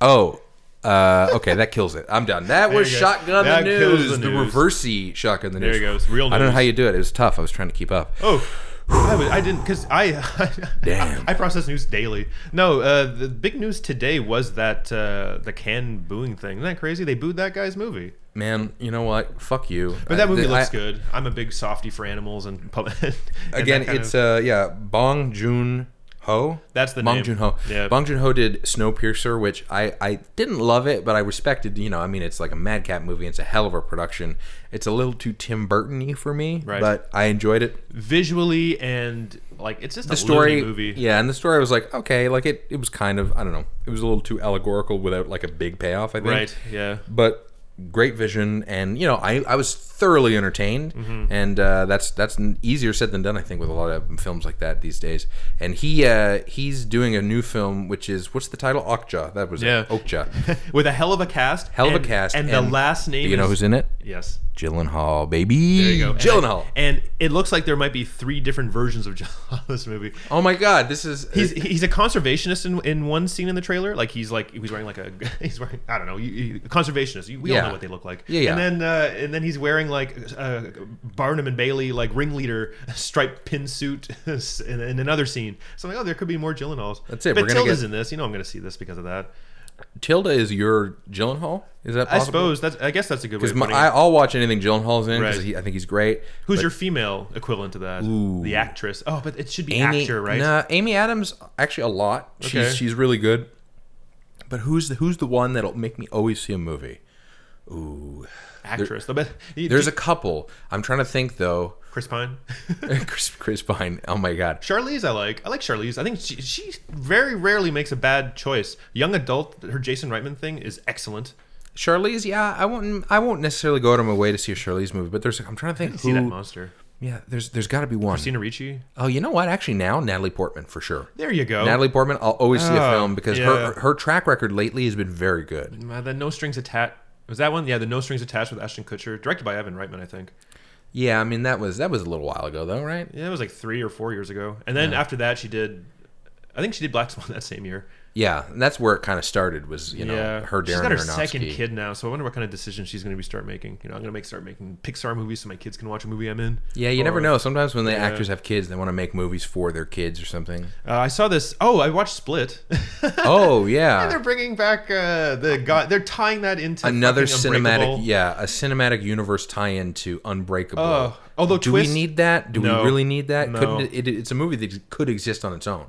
A: Oh, uh, okay, that kills it. I'm done. That was
B: you go.
A: shotgun
B: That
A: the
B: kills
A: news,
B: the
A: the,
B: news.
A: reversey shotgun the news.
B: There you go. It's real
A: I don't know
B: news.
A: how you do it. It was tough. I was trying to keep up.
B: Oh, I, was- I didn't because I
A: Damn.
B: I, process news daily. No, uh, the big news today was that uh, the can booing thing. Isn't that crazy? They booed that guy's movie.
A: man, you know what? Fuck you.
B: But that
A: I-
B: movie
A: th-
B: looks
A: I-
B: good. I'm a big softy for animals and, pub- and
A: Again,
B: that kind
A: it's
B: of-
A: uh yeah, Bong Joon Ho.
B: That's the
A: Bong
B: name.
A: Joon Ho.
B: Yeah.
A: Bong Joon Ho did Snowpiercer, which I I didn't love it, but I respected. You know, I mean, it's like a madcap movie. It's a hell of a production. It's a little too Tim Burton-y for me,
B: Right.
A: but I enjoyed it.
B: visually and like it's just
A: The
B: a
A: story,
B: story movie.
A: yeah, and the story was like okay, like it it was kind of I don't know, it was a little too allegorical without like a big payoff. I think
B: Right. Yeah.
A: but great vision and you know i, I was thoroughly entertained
B: Mm-hmm.
A: and uh, that's that's n- easier said than done i think with a lot of films like that these days and he uh, he's doing a new film which is what's the title okja that was
B: Yeah.
A: it okja
B: With a hell of a cast.
A: hell of
B: and-
A: a cast
B: And, the last name
A: do you know
B: is-
A: who's in it
B: Yes.
A: Gyllenhaal, baby
B: There you go. And-
A: Gyllenhaal.
B: And, it looks like there might be three different versions of Gyllenhaal in this movie.
A: oh my god this is
B: He's, he's a conservationist in, in one scene in the trailer. Like he's like he's wearing like a he's wearing I don't know you, you, conservationist. You, we all
A: Yeah.
B: know what they look like.
A: Yeah, yeah.
B: And then uh, and then he's wearing like uh, Barnum and Bailey like ringleader striped pin suit in, in another scene. So I'm like oh there could be more Gyllenhaals.
A: That's it,
B: But
A: we're gonna
B: Tilda's
A: get-
B: in this. You know I'm going to see this because of that.
A: Tilda is your Gyllenhaal is that
B: I
A: possible?
B: suppose that's I guess that's a good way.
A: Because
B: Of
A: my-
B: putting it.
A: I, I'll watch anything Gyllenhaal's in because
B: Right.
A: I think he's great.
B: Who's
A: But-
B: your female equivalent to that? The actress. Oh, but it should be
A: Amy,
B: actor, right?
A: Nah, Amy Adams actually a lot. She's
B: Okay.
A: she's really good. But who's the who's the one that'll make me always see a movie?
B: Actress. the, be-
A: There's a couple. I'm trying to think though.
B: Chris Pine.
A: Chris, Chris Pine. Oh my god.
B: Charlize, I like. I like Charlize. I think she, she very rarely makes a bad choice. Young adult, her Jason Reitman thing is excellent.
A: Charlize. Yeah, I won't. I won't necessarily go out of my way to see a Charlize movie. But there's. I'm trying to think who.
B: See that monster.
A: Yeah. There's. There's got to be one.
B: Tina Ricci.
A: Oh, you know what? Actually, now Natalie Portman for sure.
B: There you go.
A: Natalie Portman. I'll always see a
B: Oh,
A: film because
B: yeah.
A: her her track record lately has been very good.
B: Uh, the No Strings Attached. Was that one? Yeah, the No Strings Attached with Ashton Kutcher, directed by Evan Reitman, I think.
A: Yeah, I mean that was that was a little while ago though, right?
B: Yeah, it was like three or four years ago. And then after that, she did. I think she did Black Swan that same year.
A: Yeah, and that's where it kind of started. Was you know her Darren
B: she's got her second
A: Aronofsky.
B: kid now, so I wonder what kind of decisions she's going to be start making. You know, I'm going to make start making Pixar movies so my kids can watch a movie I'm in.
A: Yeah, you never
B: Or-
A: know. Sometimes when the actors have kids, they want to make movies for their kids or something.
B: Uh, I saw this. Oh, I watched Split.
A: Oh
B: they're
A: yeah,
B: bringing back uh, the guy. They're tying that into
A: another
B: fucking
A: cinematic.
B: Unbreakable.
A: Yeah, a cinematic universe tie-in to Unbreakable.
B: Oh, although
A: do
B: twist-
A: we need that? Do
B: No.
A: we really need that?
B: No.
A: Couldn't it, it, it's a movie that could exist on its own.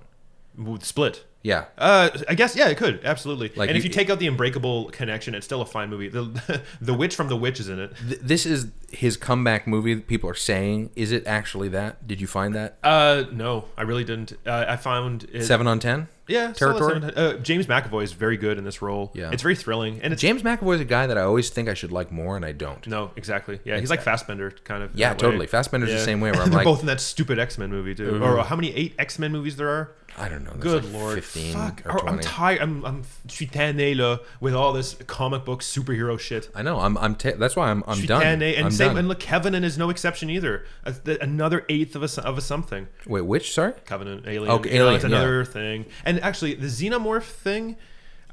B: With Split.
A: Yeah,
B: Uh, I guess yeah, it could absolutely.
A: Like,
B: and if you
A: it-
B: take out the Unbreakable connection, it's still a fine movie. The The Witch from The Witch is in it.
A: Th- this is his comeback movie. that People are saying, is it actually that? Did you find that
B: Uh, no, I really didn't. Uh, I found it,
A: seven on ten?
B: Yeah, solid
A: territory?
B: seven- Uh, James McAvoy is very good in this role.
A: Yeah.
B: it's very thrilling, and it's
A: James McAvoy's a guy that I always think I should like more, and I don't.
B: No, exactly. Yeah, he's like Fassbender, kind of. in
A: Yeah,
B: that way.
A: totally. Fassbender's the same way, where I'm
B: They're
A: like-
B: both in that stupid X Men movie too. Or how many eight X Men movies there are?
A: I don't know. That's
B: Good
A: like
B: lord,
A: fifteen
B: fuck!
A: or
B: I'm
A: twenty.
B: tired. I'm I'm je suis tanné, là, with all this comic book superhero shit.
A: I know. I'm. I'm. Ta- that's why I'm. I'm
B: Je suis
A: done.
B: tanné. eh, and
A: I'm
B: same,
A: done.
B: and look, Covenant is no exception either. A, th- another eighth of a s- of a something.
A: Wait, which? Sorry.
B: Covenant, Alien.
A: Okay,
B: you know,
A: Alien,
B: It's
A: yeah.
B: another thing. And actually, the xenomorph thing,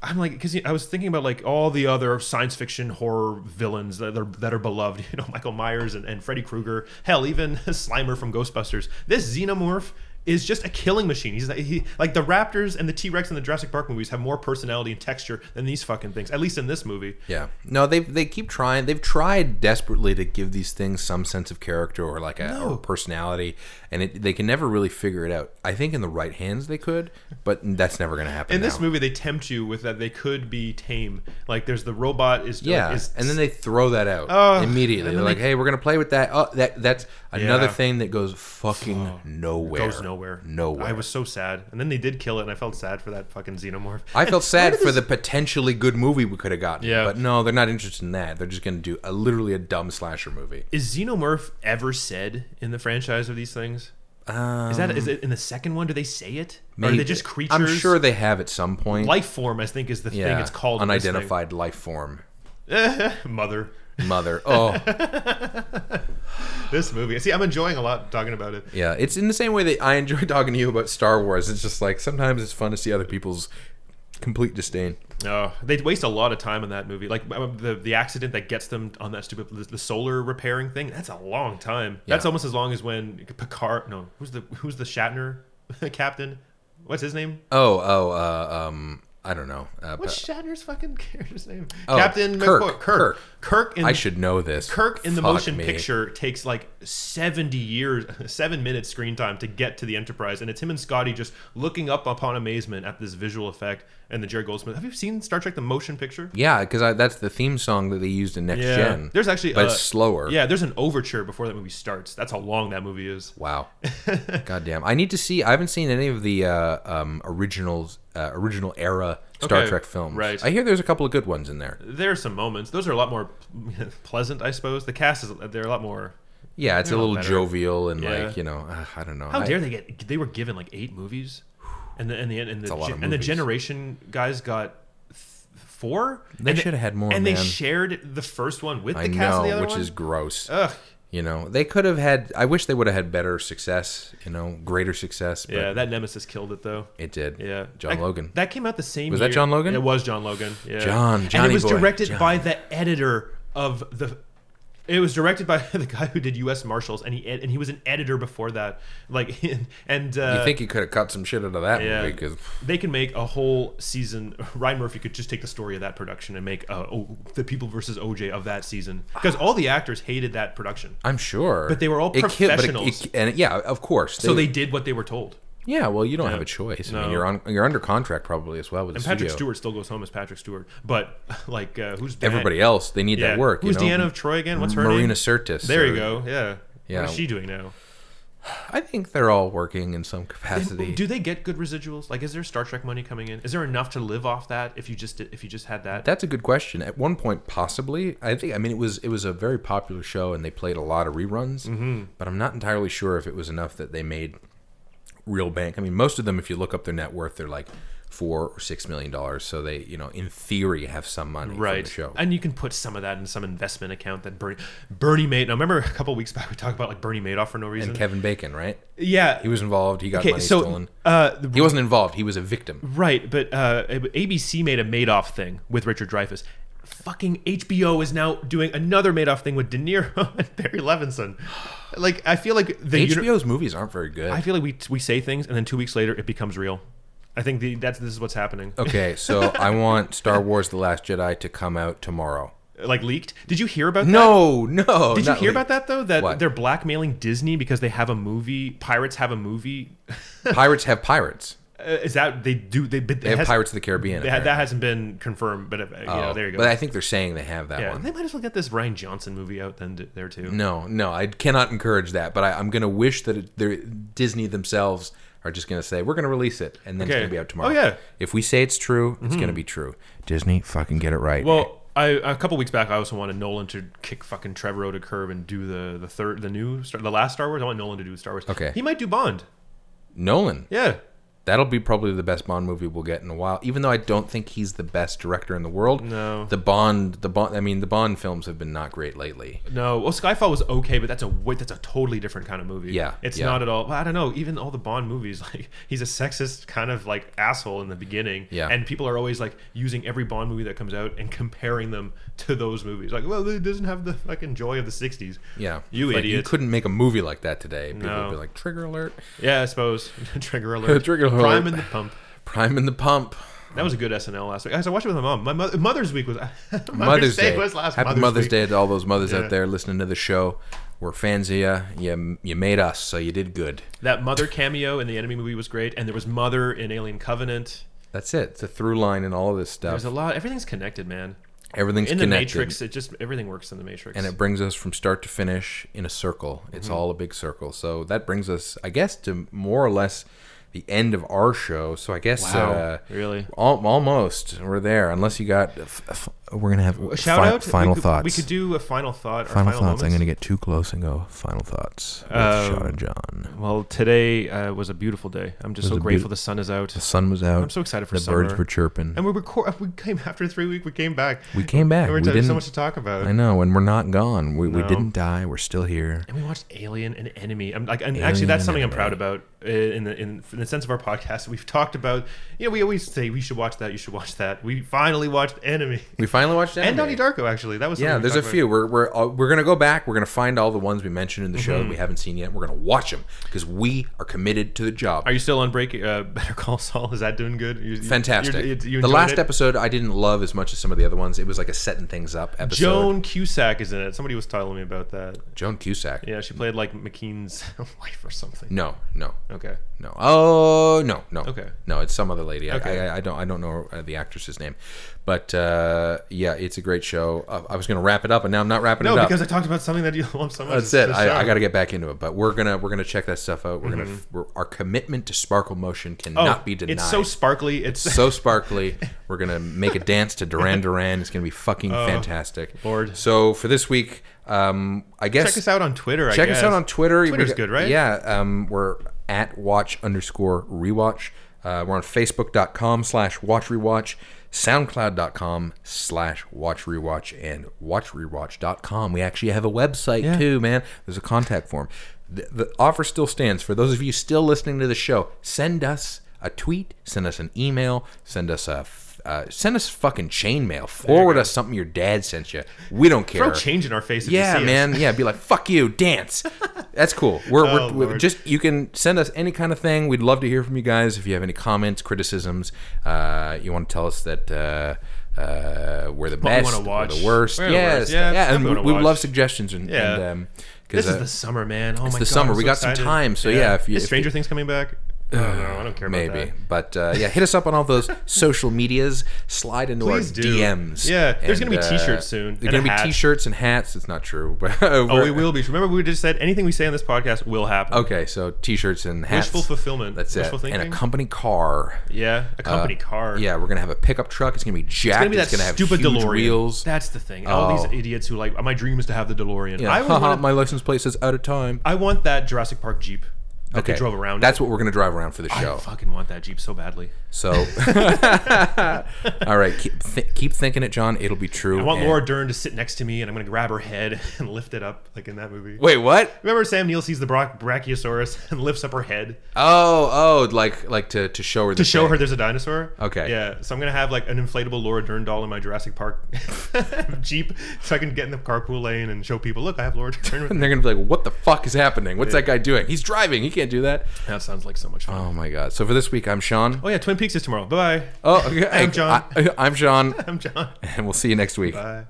B: I'm like, because I was thinking about like all the other science fiction horror villains that are that are beloved. You know, Michael Myers and, and Freddy Krueger. Hell, even Slimer from Ghostbusters. This xenomorph is just a killing machine. He's like, he, like the Raptors and the T Rex and the Jurassic Park movies have more personality and texture than these fucking things. At least in this movie.
A: Yeah. No, they they keep trying. They've tried desperately to give these things some sense of character or like a or personality, and it, they can never really figure it out. I think in the right hands they could, but that's never going to happen.
B: In this
A: now.
B: movie, they tempt you with that they could be tame. Like there's the robot is uh,
A: Yeah,
B: is, Oh,
A: and then they throw that out immediately. They're like, "Hey, we're gonna play with that." Oh, that that's another
B: Yeah.
A: thing that goes fucking nowhere.
B: goes nowhere.
A: Nowhere.
B: I was so sad, and then they did kill it, and I felt sad for that fucking xenomorph.
A: I
B: And
A: felt sad
B: where
A: for
B: did
A: the potentially good movie we could have gotten.
B: Yeah.
A: But no, they're not interested in that. They're just going to do a literally a dumb slasher movie.
B: this- Is xenomorph ever said in the franchise of these things?
A: Um,
B: Is that is it in the second one? Do they say it? Or Uh, are
A: maybe-
B: they just creatures?
A: I'm sure they have at some point.
B: life form. I think is the
A: yeah,
B: thing it's called. in this thing.
A: unidentified life form.
B: mother.
A: Mother. Oh,
B: This movie. See, I'm enjoying a lot talking about it.
A: yeah. It's in the same way that I enjoy talking to you about Star Wars. It's just like sometimes it's fun to see other people's complete disdain.
B: Oh, they waste a lot of time on that movie. Like um, the the accident that gets them on that stupid the, the solar repairing thing. That's a long time. That's
A: Yeah.
B: almost as long as when Picard. No, who's the who's the Shatner captain? What's his name?
A: Oh, oh, uh, um, I don't know. Uh,
B: What's
A: but-
B: Shatner's fucking character's name?
A: Oh,
B: Captain
A: Kirk,
B: McCoy. Kirk. Kirk. in,
A: I should know this.
B: Kirk in the
A: Fuck
B: motion
A: me.
B: picture takes like 70 years, seven minutes screen time to get to the Enterprise. And it's him and Scotty just looking up upon amazement at this visual effect and the Jerry Goldsmith. Have you seen Star Trek the motion picture?
A: Yeah, because that's the theme song that they used in Next Gen.
B: There's actually
A: but
B: uh,
A: it's slower.
B: Yeah, there's an overture before that movie starts. That's how long that movie is.
A: Wow. God damn. I need to see. I haven't seen any of the uh, um, original uh, original era Star
B: Okay,
A: Trek films.
B: right.
A: I hear there's a couple of good ones in there.
B: There are some moments. Those are a lot more pleasant, I suppose. The cast is they're a lot more
A: Yeah, it's
B: They're
A: a
B: all
A: little
B: better.
A: jovial and
B: Yeah.
A: like you know. Uh, I don't know.
B: How
A: I-
B: dare they get? They were given like eight movies, and the and the and the,
A: a lot of
B: and the
A: movies.
B: generation guys got th- four.
A: They
B: And
A: should have had more,
B: And they
A: man.
B: shared the first one with the
A: I
B: cast of the
A: know,
B: other
A: which
B: one. Oh.
A: is gross.
B: Ugh.
A: you know, they could have had. I wish they would have had better success. You know, greater success. But
B: Yeah, that Nemesis killed it though.
A: it did.
B: Yeah,
A: John
B: That-
A: Logan.
B: That came out the same.
A: Was that
B: year-
A: John Logan?
B: It was John Logan. Yeah.
A: John,
B: And
A: Johnny
B: it was
A: boy,
B: directed
A: John.
B: by the editor of the. It was directed by the guy who did U.S. Marshals, and he ed- and he was an editor before that. Like, and uh,
A: you think he could have cut some shit out of that
B: Yeah.
A: movie? Because
B: they can make a whole season. Ryan Murphy could just take the story of that production and make uh, o- the People versus OJ of that season
A: Ah.
B: because all the actors hated that production,
A: I'm sure.
B: But they were all
A: It ki- but it-
B: professionals.
A: it- and it- yeah, of course.
B: so they did what they were told.
A: Yeah, well, you don't have a choice. I
B: No.
A: mean, you're on you're under contract probably as well with
B: And
A: the
B: Patrick
A: studio.
B: Stewart still goes home as Patrick Stewart, but like uh, who's Dan-
A: Everybody else, they need
B: Yeah,
A: that work.
B: Who's
A: you know?
B: Deanna of Troy again? What's her name?
A: Marina Sirtis.
B: There you
A: or-
B: go. Yeah.
A: Yeah.
B: What is she doing now?
A: I think they're all working in some capacity.
B: Do they get good residuals? Like, is there Star Trek money coming in? Is there enough to live off that if you just did- if you just had that?
A: That's a good question. At one point, possibly, I think. I mean, it was it was a very popular show, and they played a lot of reruns. Mm-hmm. But I'm not entirely sure if it was enough that they made real bank. I mean, most of them, if you look up their net worth, they're like four or six million dollars. So they, you know, in theory, have some money from
B: right
A: the show.
B: and you can put some of that in some investment account that bernie bernie made now remember a couple weeks back we talked about like bernie madoff for no reason
A: and Kevin Bacon, right?
B: yeah
A: He was involved. He got
B: okay
A: money
B: so
A: stolen.
B: uh the-
A: He wasn't involved. He was a victim.
B: right but uh abc made a madoff thing with richard dreyfuss fucking hbo is now doing another madoff thing with de niro and barry levinson like i feel like the uni-
A: HBO's movies aren't very good.
B: i feel like we we say things and then two weeks later it becomes real i think the, that's this is what's happening
A: okay, so I want Star Wars: The Last Jedi to come out tomorrow.
B: like leaked did you hear about that?
A: No, no.
B: Did you hear about that though? That
A: What?
B: they're blackmailing Disney because they have a movie. Pirates have a movie.
A: that? Pirates have pirates.
B: Uh, is that they do? They, but
A: They have Pirates of the Caribbean.
B: They, ha- that hasn't been confirmed, but uh, you know,
A: apparently.
B: there you go.
A: Oh, But I think they're saying they have that
B: yeah,
A: one. Mm.
B: they might as well get this Ryan Johnson movie out then d- there too.
A: No, no, I cannot encourage that. But I, I'm going to wish that it, they're- Disney themselves are just going to say we're going to release it, and then
B: Okay.
A: it's going to be out tomorrow.
B: Oh, yeah. Mm-hmm.
A: If we say it's true, it's going to be true. Disney, fucking get it right.
B: Well, I, a couple weeks back, I also wanted Nolan to kick fucking Trevor to curb and do the the third, the new, Star, the last Star Wars. I want Nolan to do Star Wars.
A: Okay.
B: he might do Bond.
A: Nolan,
B: Yeah,
A: That'll be probably the best Bond movie we'll get in a while. Even though I don't think he's the best director in the world.
B: No.
A: The Bond, the Bond. I mean, the Bond films have been not great lately.
B: No, well, Skyfall was okay, but that's a wa- that's a totally different kind of movie.
A: Yeah,
B: it's
A: yeah.
B: not at all. well, I don't know. Even all the Bond movies, like he's a sexist kind of like asshole in the beginning.
A: Yeah.
B: and people are always like using every Bond movie that comes out and comparing them to those movies. Like, well, it doesn't have the fucking joy of the '60s.
A: Yeah,
B: you
A: Like, You
B: idiot.
A: couldn't make a movie like that today. People
B: No.
A: would be like, "Trigger alert!
B: yeah, I suppose. Trigger alert.
A: Trigger alert.
B: Prime and the pump.
A: Prime and the Pump."
B: That was a good SNL last week. Guys, I watched it with my mom. My mother, Mother's Week was Mother's,
A: Mother's Day.
B: was last
A: Happy
B: Mother's,
A: Mother's,
B: Week.
A: Day to all those mothers
B: Yeah.
A: out there listening to the show. We're fans of you. You, you made us, so you did good.
B: That mother cameo in the enemy movie was great, and there was mother in Alien Covenant.
A: That's it. It's a through line in all of this stuff.
B: There's a lot. Everything's connected, man.
A: Everything's
B: in the
A: connected,
B: Matrix, it just everything works in the Matrix.
A: and it brings us from start to finish in a circle. It's
B: Mm-hmm.
A: all a big circle. So that brings us, I guess, to more or less the end of our show. So I guess
B: Wow,
A: uh,
B: really?
A: al- almost we're there. Unless you got, uh, f- f- we're gonna have
B: A shout
A: fi-
B: out.
A: final
B: we could,
A: thoughts.
B: We could do a final thought. Or
A: final,
B: final,
A: thoughts. I'm
B: Moments.
A: gonna get too close and go final thoughts with
B: Um,
A: Sean and John.
B: Well, today uh, was a beautiful day. I'm just so
A: a
B: grateful
A: beaut-
B: the sun is out.
A: The sun was out.
B: I'm so excited for
A: the
B: summer.
A: birds were chirping.
B: and we record. We came after three week. We came back.
A: we came back.
B: and we
A: We
B: were having
A: didn't.
B: so much to talk about.
A: I know, and we're not gone. We, we
B: No.
A: didn't die. We're still here.
B: and we watched Alien and Enemy. I'm like, and actually, that's
A: Alien
B: something I'm
A: and
B: proud about. uh, in the in, in the sense of our podcast, we've talked about. You know, we always say we should watch that. You should watch that. We finally watched Enemy
A: We finally watched
B: and
A: Enemy.
B: Donnie Darko. Actually, that was something
A: Yeah,
B: we
A: there's a
B: talked about.
A: few. We're we're uh, we're gonna go back. We're gonna find all the ones we mentioned in the show that
B: Mm-hmm.
A: we haven't seen yet. We're gonna watch them because we are committed to the job.
B: Are you still on break? Uh, Better Call Saul is that doing good? You- you-
A: Fantastic.
B: you're- you
A: the
B: enjoyed
A: last
B: it?
A: episode I didn't love as much as some of the other ones. It was like a setting things up episode.
B: Joan Cusack is in it. Somebody was telling me about that.
A: Joan Cusack.
B: Yeah, she played like McKean's wife or something.
A: No, no,
B: Okay.
A: no. Oh no, no.
B: Okay.
A: No, it's some other lady. I-
B: Okay.
A: I, I, don't I don't know uh, the actress's name, but uh, yeah, it's a great show. Uh, I was gonna wrap it up, and now I'm not wrapping
B: No,
A: it up.
B: because I talked about something that you love so much.
A: That's it. I, I got to get back into it, but we're gonna we're gonna check that stuff out. We're gonna we're, our commitment to sparkle motion cannot be denied.
B: Mm-hmm. uh, Oh, It's so sparkly. It's
A: so sparkly. We're gonna make a dance to Duran Duran. It's gonna be fucking fantastic,
B: Oh, Lord.
A: So for this week, um, I guess
B: check us out on Twitter. I
A: check us
B: guess.
A: out on Twitter.
B: Twitter's
A: We-
B: good, right?
A: Yeah, um, we're at watch underscore rewatch. Uh, we're on facebook.com slash watch rewatch, soundcloud.com slash watch rewatch, and watchrewatch.com. We actually have a website too, man. There's a contact form. The, the offer still stands. For those of you still listening to the show, send us a tweet, send us an email, send us a. f- Uh, send us fucking chain mail. Forward us something your dad sent you. We don't care.
B: Throw change in our face. If
A: Yeah,
B: you see
A: man. Yeah, be like, fuck you, dance. That's cool. We're,
B: Oh,
A: we're, we're
B: Lord.
A: just you can send us any kind of thing. We'd love to hear from you guys. If you have any comments, criticisms, uh, you want to tell us that uh, uh, we're the
B: we
A: best,
B: wanna watch.
A: we're the worst.
B: We're the
A: yes,
B: worst. Yeah,
A: yeah,
B: stuff
A: and
B: we
A: we,
B: wanna
A: we would
B: watch.
A: love suggestions and,
B: Yeah.
A: and um,
B: It. This
A: because
B: is the summer, man. Oh my god,
A: the summer.
B: I'm
A: We
B: so
A: got some
B: excited.
A: time, so yeah, if you-
B: Is
A: if
B: Stranger Things coming back. I don't know. I don't care about that.
A: maybe, but uh, yeah, hit us up on all those social medias. Slide into
B: Please
A: our
B: do.
A: DMs.
B: Yeah, there's
A: and,
B: gonna be
A: uh,
B: t-shirts soon
A: There's
B: and a
A: gonna
B: hat.
A: be t-shirts and hats. It's not true. but
B: Oh,
A: we're-
B: we will be. Remember, we just said anything we say on this podcast will happen.
A: Okay, so t-shirts and hats.
B: Wishful fulfillment.
A: Oh, That's
B: Wishful
A: it.
B: Thinking.
A: And a company car.
B: yeah, a company car.
A: Uh, Yeah, we're gonna have a pickup truck. It's gonna be jacked.
B: It's gonna be that
A: have
B: stupid
A: huge
B: DeLorean.
A: wheels. Oh.
B: That's the thing. All these idiots who like my dream is to have the DeLorean.
A: Yeah.
B: I always wanted,
A: my license plate says out of time.
B: I want that Jurassic Park Jeep that they drove around.
A: That's what we're gonna drive around for the
B: I
A: show.
B: fucking want that Jeep so badly.
A: So, all right, keep, th- keep thinking it, John. It'll be true.
B: I want
A: and-
B: Laura Dern to sit next to me and I'm gonna grab her head and lift it up like in that movie.
A: Wait, what?
B: Remember Sam Neill sees the Brach- Brachiosaurus and lifts up her head
A: Oh, oh, like like to, to show her
B: to show her there's a dinosaur.
A: Okay.
B: Yeah. So I'm gonna have like an inflatable Laura Dern doll in my Jurassic Park Jeep, so I can get in the carpool lane and show people, look, I have Laura Dern. with
A: And they're gonna be like, "What the fuck is happening? What's that guy doing? He's driving. He can't do that."
B: That sounds like so much fun.
A: Oh my god. So for this week, I'm Sean.
B: Oh yeah, Twin Peaks is tomorrow. Bye bye.
A: Oh, okay.
B: I'm John.
A: I, I'm Sean,
B: I'm John.
A: and we'll see you next week.
B: Bye.